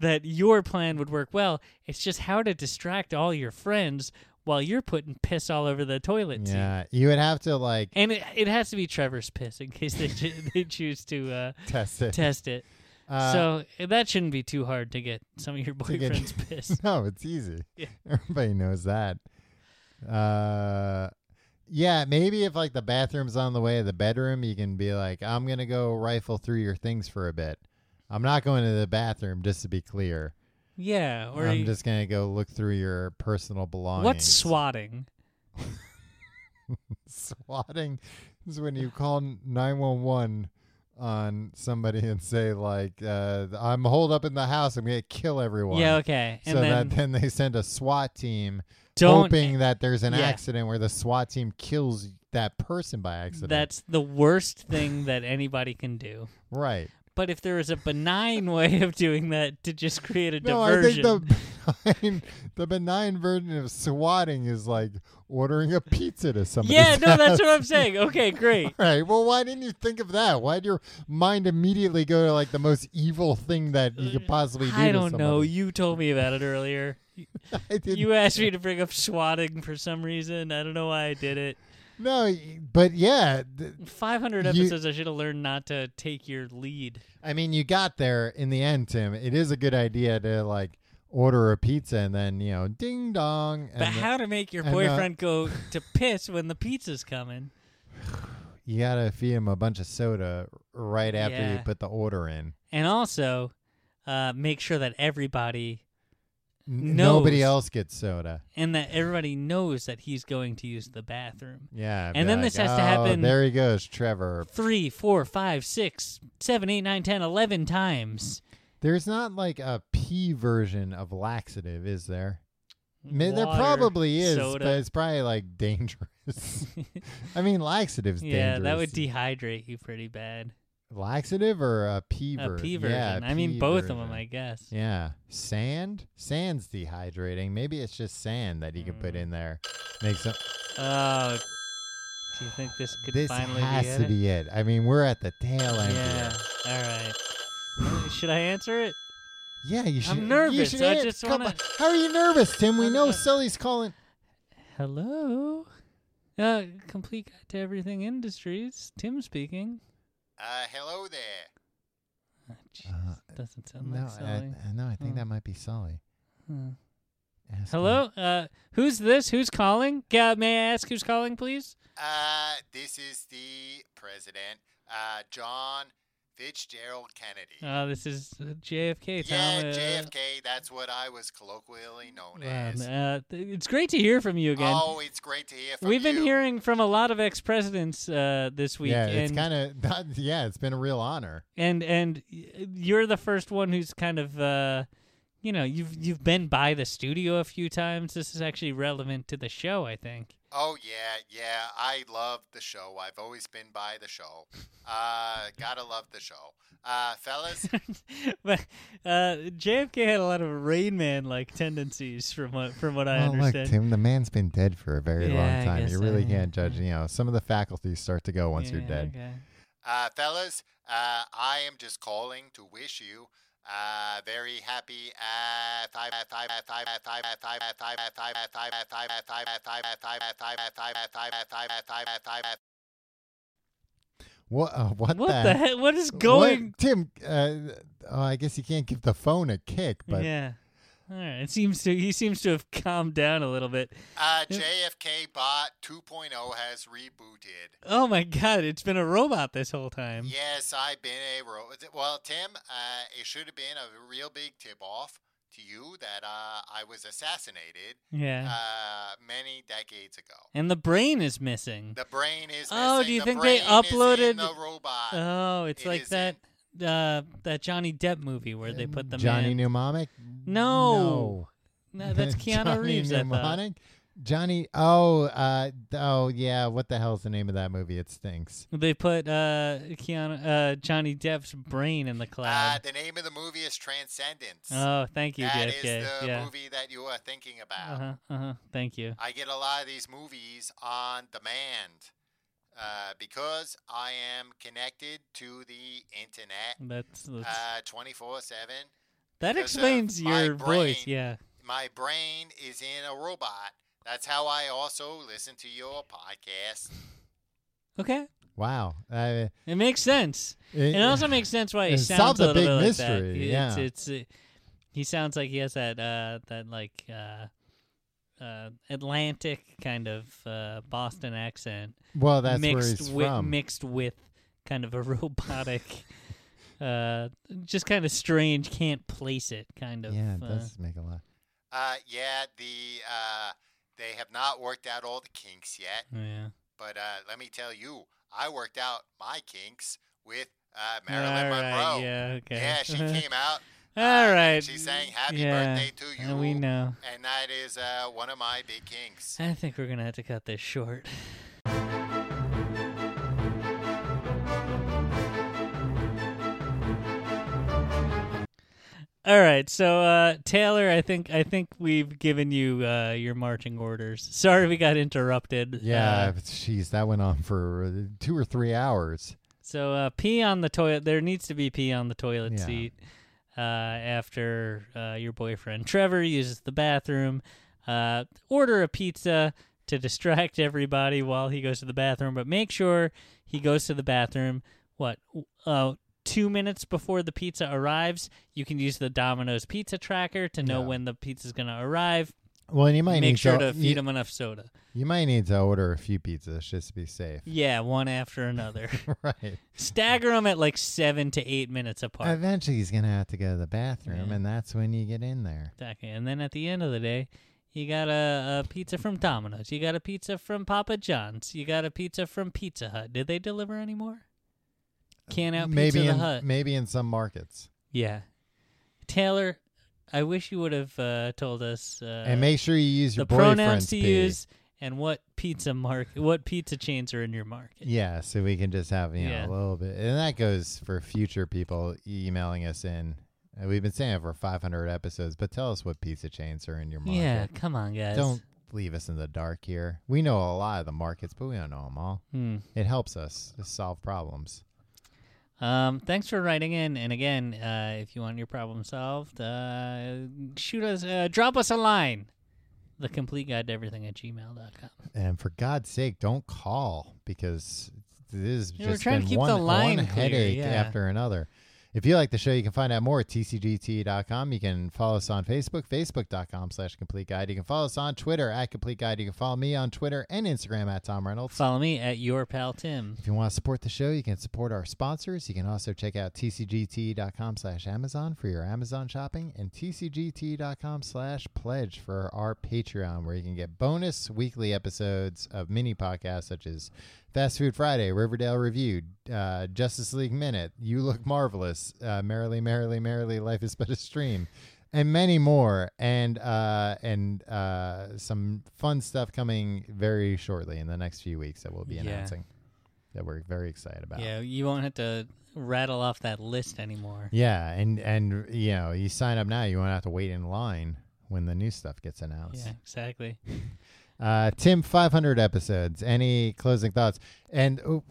B: that your plan would work well. It's just how to distract all your friends while you're putting piss all over the toilet seat.
A: Yeah, you would have to like
B: And it, it has to be Trevor's piss in case they cho- they choose to uh,
A: test it.
B: test it.
A: Uh,
B: so eh, that shouldn't be too hard to get some of your
A: to get-
B: boyfriend's pissed.
A: no, it's easy.
B: Yeah.
A: Everybody knows that. Uh, yeah, maybe if like the bathroom's on the way to the bedroom, you can be like, "I'm gonna go rifle through your things for a bit. I'm not going to the bathroom, just to be clear.
B: Yeah, or
A: I'm
B: you-
A: just gonna go look through your personal belongings."
B: what's swatting?
A: swatting is when you call 911 on somebody and say like uh, i'm holed up in the house i'm gonna kill everyone
B: Yeah, okay, and
A: so
B: then
A: that then they send a swat team
B: Don't- e,
A: hoping that there's an
B: Yeah.
A: accident where the swat team kills that person by accident
B: that's the worst thing that anybody can do.
A: right
B: But if there is a benign way of doing that to just create a
A: no
B: diversion,
A: i think the benign, the benign version of swatting is like ordering a pizza to somebody
B: yeah, no, that's what I'm saying. Okay, great.
A: All right. Well, why didn't you think of that? Why would your mind immediately go to like the most evil thing that you could possibly do?
B: I
A: to
B: don't know.
A: somebody?
B: You told me about it earlier.
A: I didn't-
B: You asked me to bring up swatting for some reason. I don't know why I did it.
A: no, y- but yeah. th-
B: 500
A: You-
B: episodes, I should have learned not to take your lead.
A: I mean, you got there in the end, Tim. It is a good idea to like order a pizza and then you know, ding dong. And
B: But
A: the-
B: how to make your
A: and, uh,
B: boyfriend go to piss when the pizza's coming?
A: you gotta feed him a bunch of soda right after you
B: Yeah.
A: put the order in.
B: And also, uh, make sure that everybody
A: N-
B: Knows.
A: Nobody else gets soda.
B: and that everybody knows that he's going to use the bathroom.
A: Yeah. be
B: And then
A: like,
B: this has to
A: "Oh,
B: happen-
A: There he goes, Trevor.
B: Three, four, five, six, seven, eight, nine, ten, eleven times.
A: There's not like a pee version of laxative, is there? Ma- there
B: Water,
A: probably is,
B: soda.
A: but it's probably like dangerous. I mean, laxative's
B: yeah,
A: dangerous.
B: that would dehydrate you pretty bad.
A: laxative or a pee
B: A
A: version?
B: P version.
A: Yeah, a
B: I mean,
A: pee
B: both of them,
A: version.
B: I guess.
A: Yeah. Sand? Sand's dehydrating. Maybe it's just sand that you can
B: Mm.
A: put in there. Make some.
B: Oh, do you think this could
A: this
B: finally
A: has
B: be it?
A: to be it. I mean, we're at the tail end.
B: yeah.
A: Here.
B: All right. Uh, Should I answer it?
A: Yeah, you should.
B: I'm nervous.
A: You should
B: I
A: an-
B: just
A: come
B: wanna-
A: on. How are you nervous, Tim? We
B: I'm
A: know
B: not-
A: Sully's calling.
B: Hello. Uh, complete guide to everything industries. Tim speaking.
C: Uh, hello there.
B: Oh, jeez,
A: Uh,
B: doesn't sound
A: No,
B: like Sally.
A: I, I- no, I think
B: Hmm.
A: that might be Sully.
B: Hmm.
A: Ask
B: Hello.
A: him.
B: Uh, who's this? Who's calling? Yeah, may I ask who's calling, please?
C: Uh, this is the president, uh, John Fitzgerald Kennedy.
B: Uh, this is uh, JFK.
C: yeah,
B: Tom. Uh,
C: JFK. That's what I was colloquially known
B: um,
C: as.
B: uh, th- it's great to hear from you again.
C: Oh, it's great to hear from
B: We've been
C: you.
B: hearing from a lot of ex presidents uh, this week,
A: Yeah, it's
B: and
A: kind of. Yeah, it's been a real honor.
B: and and y- you're the first one who's kind of uh you know you've you've been by the studio a few times this is actually relevant to the show i think
C: Oh yeah, yeah. I love the show. I've always been by the show. Uh, gotta love the show. Uh, fellas,
B: but uh jfk had a lot of rain man like tendencies from what from what i
A: well,
B: understand
A: look, Oh, Tim, the man's been dead for a very
B: Yeah, I
A: long time.
B: guess
A: You
B: so,
A: really
B: yeah.
A: can't judge. You know, some of the faculties start to go once you're
B: Yeah,
A: dead.
B: okay.
C: uh, fellas, uh, I am just calling to wish you. Uh, very happy. Uh, five, five, five, five, five, five, five, five, five, five, five, five, five, five, five, five, five, five, five, five,
A: What? Uh, what,
B: what the,
A: the
B: heck what is
A: What-
B: going
A: Tim, uh, oh, I guess you can't give the phone a kick, but
B: yeah all right it seems to he seems to have calmed down a little bit
C: Uh, JFK Bot 2.0 has rebooted.
B: oh my god it's been a robot this whole time
C: Yes, I've been a ro- well, Tim. Uh, it should have been a real big tip off to you that uh, I was assassinated
B: yeah
C: uh, many decades ago.
B: and the brain is missing
C: The brain is.
B: Oh,
C: missing.
B: do you
C: The
B: think they
C: brain is in
B: uploaded-
C: the robot?
B: Oh, it's
C: It
B: like
C: is
B: that uh, that Johnny Depp movie where they put the
A: Johnny
B: man.
A: Mnemonic.
B: No. no, that's Keanu
A: Johnny
B: Reeves. I thought.
A: Mnemonic. Johnny. Oh, uh, oh yeah. What the hell's the name of that movie? It stinks.
B: They put uh, Keanu uh, Johnny Depp's brain in the
C: uh,
B: cloud.
C: the name of the movie is Transcendence.
B: oh, thank you,
C: That is
B: JFK.
C: the
B: yeah.
C: movie that you are thinking about.
B: Uh huh. Uh huh. Thank you.
C: I get a lot of these movies on demand uh, because I am connected to the internet
B: That's, that's
C: uh, 24 7.
B: that
C: because of
B: explains
C: my
B: your voice.
C: brain.
B: Yeah.
C: My brain is in a robot. That's how I also listen to your podcast.
B: Okay.
A: Wow. Uh,
B: It makes sense.
A: it,
B: It also makes sense why he
A: It
B: sounds
A: solves a
B: little
A: big
B: bit like that.
A: mystery,
B: It's-
A: yeah.
B: It's, uh, he sounds like he has that uh, that like uh, uh, Atlantic kind of uh, Boston accent
A: well, that's
B: mixed
A: where he's
B: with
A: from.
B: mixed with kind of a robotic, uh, just kind of strange, can't place it kind of.
A: yeah, it
B: uh,
A: does make a lot.
C: Uh, yeah, the uh, they have not worked out all the kinks yet,
B: yeah.
C: but uh, let me tell you, I worked out my kinks with uh,
B: All
C: Marilyn
B: right,
C: Monroe.
B: Yeah. Okay.
C: Yeah, she came out. uh,
B: All
C: and
B: right.
C: She sang "Happy
B: Yeah,
C: Birthday to You."
B: and we know.
C: and that is uh, one of my big kinks.
B: I think we're gonna have to cut this short. All right, so uh, Taylor, I think I think we've given you uh, your marching orders. Sorry we got interrupted.
A: Yeah,
B: Uh,
A: but jeez, that went on for uh, two or three hours.
B: so uh, pee on the toilet. There needs to be pee on the toilet
A: Yeah.
B: seat uh, after uh, your boyfriend Trevor uses the bathroom. Uh, order a pizza to distract everybody while he goes to the bathroom, but make sure he goes to the bathroom. What? Uh, two minutes before the pizza arrives, you can use the Domino's pizza tracker to know
A: Yeah.
B: when the pizza's going to arrive.
A: Well, and you might
B: make
A: need
B: sure
A: to,
B: to feed
A: you,
B: him enough soda.
A: You might need to order a few pizzas just to be safe.
B: Yeah, one after another.
A: right.
B: Stagger them at like seven to eight minutes apart.
A: Eventually, he's gonna have to go to the bathroom,
B: Yeah.
A: and that's when you get in there.
B: Exactly. And then at the end of the day, you got a, a pizza from Domino's. You got a pizza from Papa John's. You got a pizza from Pizza Hut. Did they deliver anymore? Can out
A: Uh, maybe
B: Pizza
A: in,
B: the Hut.
A: Maybe in some markets.
B: yeah. Taylor, I wish you would have uh, told us uh,
A: and make sure you use
B: the
A: your
B: pronouns
A: boyfriend's
B: to
A: pee.
B: use and what pizza market, what pizza chains are in your market.
A: Yeah, so we can just have you know
B: Yeah.
A: a little bit, and that goes for future people emailing us in. Uh, We've been saying it for 500 episodes, but tell us what pizza chains are in your market.
B: Yeah, come on, guys.
A: don't leave us in the dark here. We know a lot of the markets, but we don't know them all.
B: Hmm.
A: It helps us solve problems.
B: Um, thanks for writing in. And again, uh, if you want your problem solved, uh, shoot us, uh, drop us a line. The complete guide to everything at gmail.com.
A: And for God's sake, don't call because this is
B: Yeah, we're
A: just
B: trying to
A: been
B: keep
A: one,
B: the line
A: one
B: clear,
A: headache
B: yeah.
A: after another. If you like the show, you can find out more at tcgt.com. You can follow us on Facebook, facebook.com slash complete guide. You can follow us on Twitter at complete guide. You can follow me on Twitter and Instagram at Tom Reynolds.
B: Follow me at your pal Tim.
A: If you want to support the show, you can support our sponsors. You can also check out tcgt.com slash Amazon for your Amazon shopping and tcgt.com slash pledge for our Patreon, where you can get bonus weekly episodes of mini podcasts such as Fast Food Friday, Riverdale Review, uh, Justice League Minute, You Look Marvelous, uh, Merrily, Merrily, Merrily, Life is But a Stream. And many more, and uh, and uh, some fun stuff coming very shortly in the next few weeks that we'll be
B: Yeah.
A: announcing that we're very excited about.
B: Yeah, you won't have to rattle off that list anymore.
A: Yeah, and and you know, you sign up now, you won't have to wait in line when the new stuff gets announced.
B: Yeah, exactly.
A: Uh, Tim, 500 episodes. Any closing thoughts? And oh,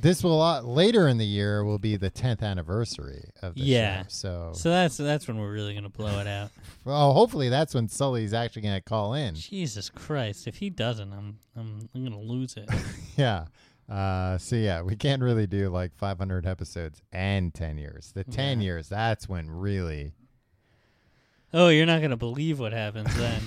A: this will uh, later in the year will be the 10th anniversary of the
B: Yeah.
A: show. So,
B: So that's that's when we're really gonna blow it out.
A: well, hopefully that's when Sully's actually going to call in.
B: Jesus Christ! If he doesn't, I'm I'm, I'm gonna lose it.
A: Yeah. Uh, so yeah, we can't really do like 500 episodes and 10 years. The 10 years, that's when really.
B: oh, you're not gonna believe what happens then.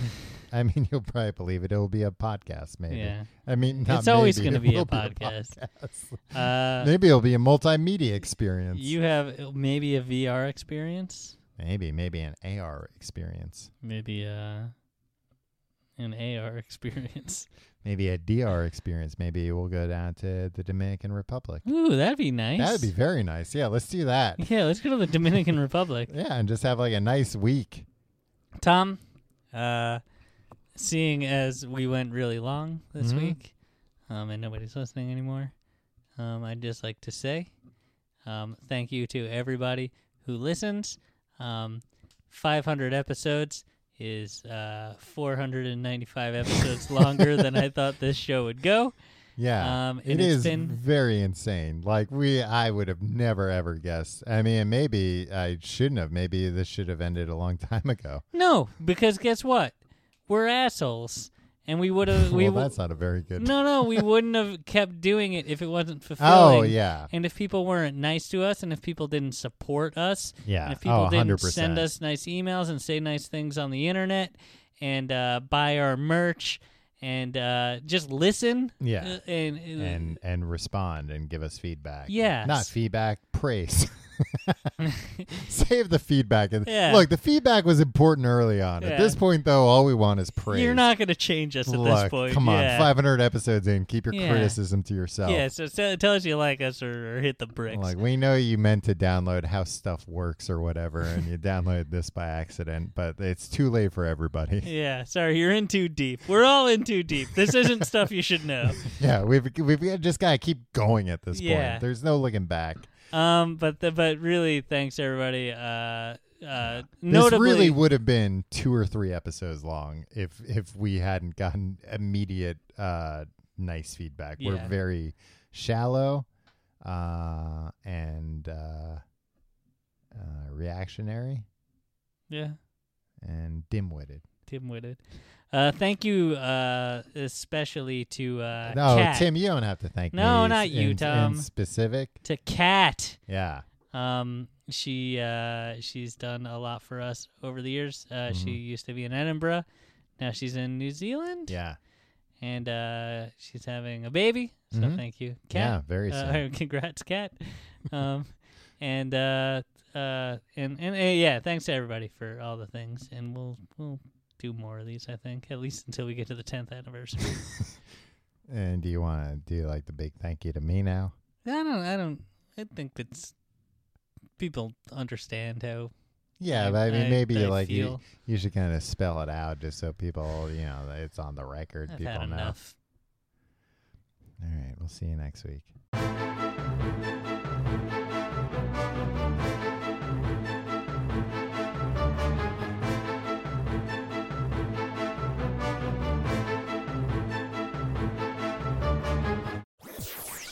A: I mean, you'll probably believe it. It'll be a podcast, maybe.
B: Yeah.
A: I mean, not
B: It's always
A: maybe,
B: gonna
A: it
B: be a
A: will
B: podcast.
A: podcast.
B: Uh,
A: maybe it'll be a multimedia experience.
B: you have uh, maybe a VR experience,
A: maybe, maybe an AR experience.
B: maybe uh an AR experience.
A: Maybe a DR experience. Maybe we'll go down to the Dominican Republic.
B: Ooh, that'd be nice.
A: That would be very nice. Yeah, let's do that.
B: Yeah, let's go to the Dominican Republic.
A: Yeah, and just have like a nice week.
B: Tom, uh, seeing as we went really long this
A: Mhm.
B: week, um, and nobody's listening anymore, um, I'd just like to say um, thank you to everybody who listens. Um, 500 episodes is uh, 495 episodes longer than I thought this show would go.
A: Yeah,
B: Um,
A: it
B: and it's
A: is
B: been-
A: very insane. Like we, I would have never ever guessed. I mean, maybe I shouldn't have. Maybe this should have ended a long time ago.
B: No, because guess what? We're assholes, and we would have. we
A: well,
B: w-
A: that's not a very good.
B: No, no, we wouldn't have kept doing it if it wasn't fulfilling.
A: Oh yeah,
B: And if people weren't nice to us, and if people didn't support us,
A: Yeah.
B: and if people
A: Oh,
B: didn't
A: 100%.
B: send us nice emails and say nice things on the internet, and uh, buy our merch, and uh, just listen,
A: Yeah.
B: uh, and, and
A: and and respond and give us feedback.
B: Yes.
A: not feedback, praise. Save the feedback. And
B: Yeah.
A: look, the feedback was important early on.
B: Yeah.
A: At this point, though, all we want is praise.
B: you're not going to change us at
A: look,
B: this point.
A: Come on,
B: yeah.
A: 500 episodes in, keep your
B: Yeah.
A: criticism to yourself.
B: Yeah, so tell, tell us you like us or, or hit the bricks.
A: Like we know you meant to download how stuff works or whatever, and you download this by accident, but it's too late for everybody.
B: yeah, sorry, you're in too deep. We're all in too deep. This isn't stuff you should know.
A: yeah, we've we've just got to keep going at this
B: Yeah.
A: point. There's no looking back.
B: Um, but the, but really, thanks everybody. Uh, uh,
A: this
B: notably,
A: really would have been two or three episodes long if if we hadn't gotten immediate uh, nice feedback.
B: Yeah.
A: We're very shallow uh, and uh, uh, reactionary
B: yeah.
A: and dim-witted.
B: dim-witted. Uh, thank you, uh, especially to uh,
A: no,
B: Kat.
A: Tim, you don't have to thank me.
B: No, not
A: in-
B: you,
A: in
B: Tom.
A: specific,
B: to Kat.
A: yeah.
B: Um, she uh, she's done a lot for us over the years. Uh, She used to be in Edinburgh. Now she's in New Zealand,
A: Mm-hmm. Yeah.
B: and uh, she's having a baby. So
A: Mhm.
B: thank you,
A: Yeah,
B: Kat.
A: very
B: uh,
A: soon.
B: Congrats, Kat. Um, and uh, uh, and and uh, yeah, thanks to everybody for all the things, and we'll we'll do more of these. I think at least until we get to the tenth anniversary.
A: And do you want to do like the big thank you to me now?
B: I don't. I don't. I think it's people understand how
A: Yeah,
B: I-
A: but I mean,
B: I-
A: maybe
B: I
A: like you,
B: feel-
A: you should kind of spell it out just so people, you know, that it's on the record.
B: I've
A: people
B: had
A: know.
B: enough.
A: All right, we'll see you next week.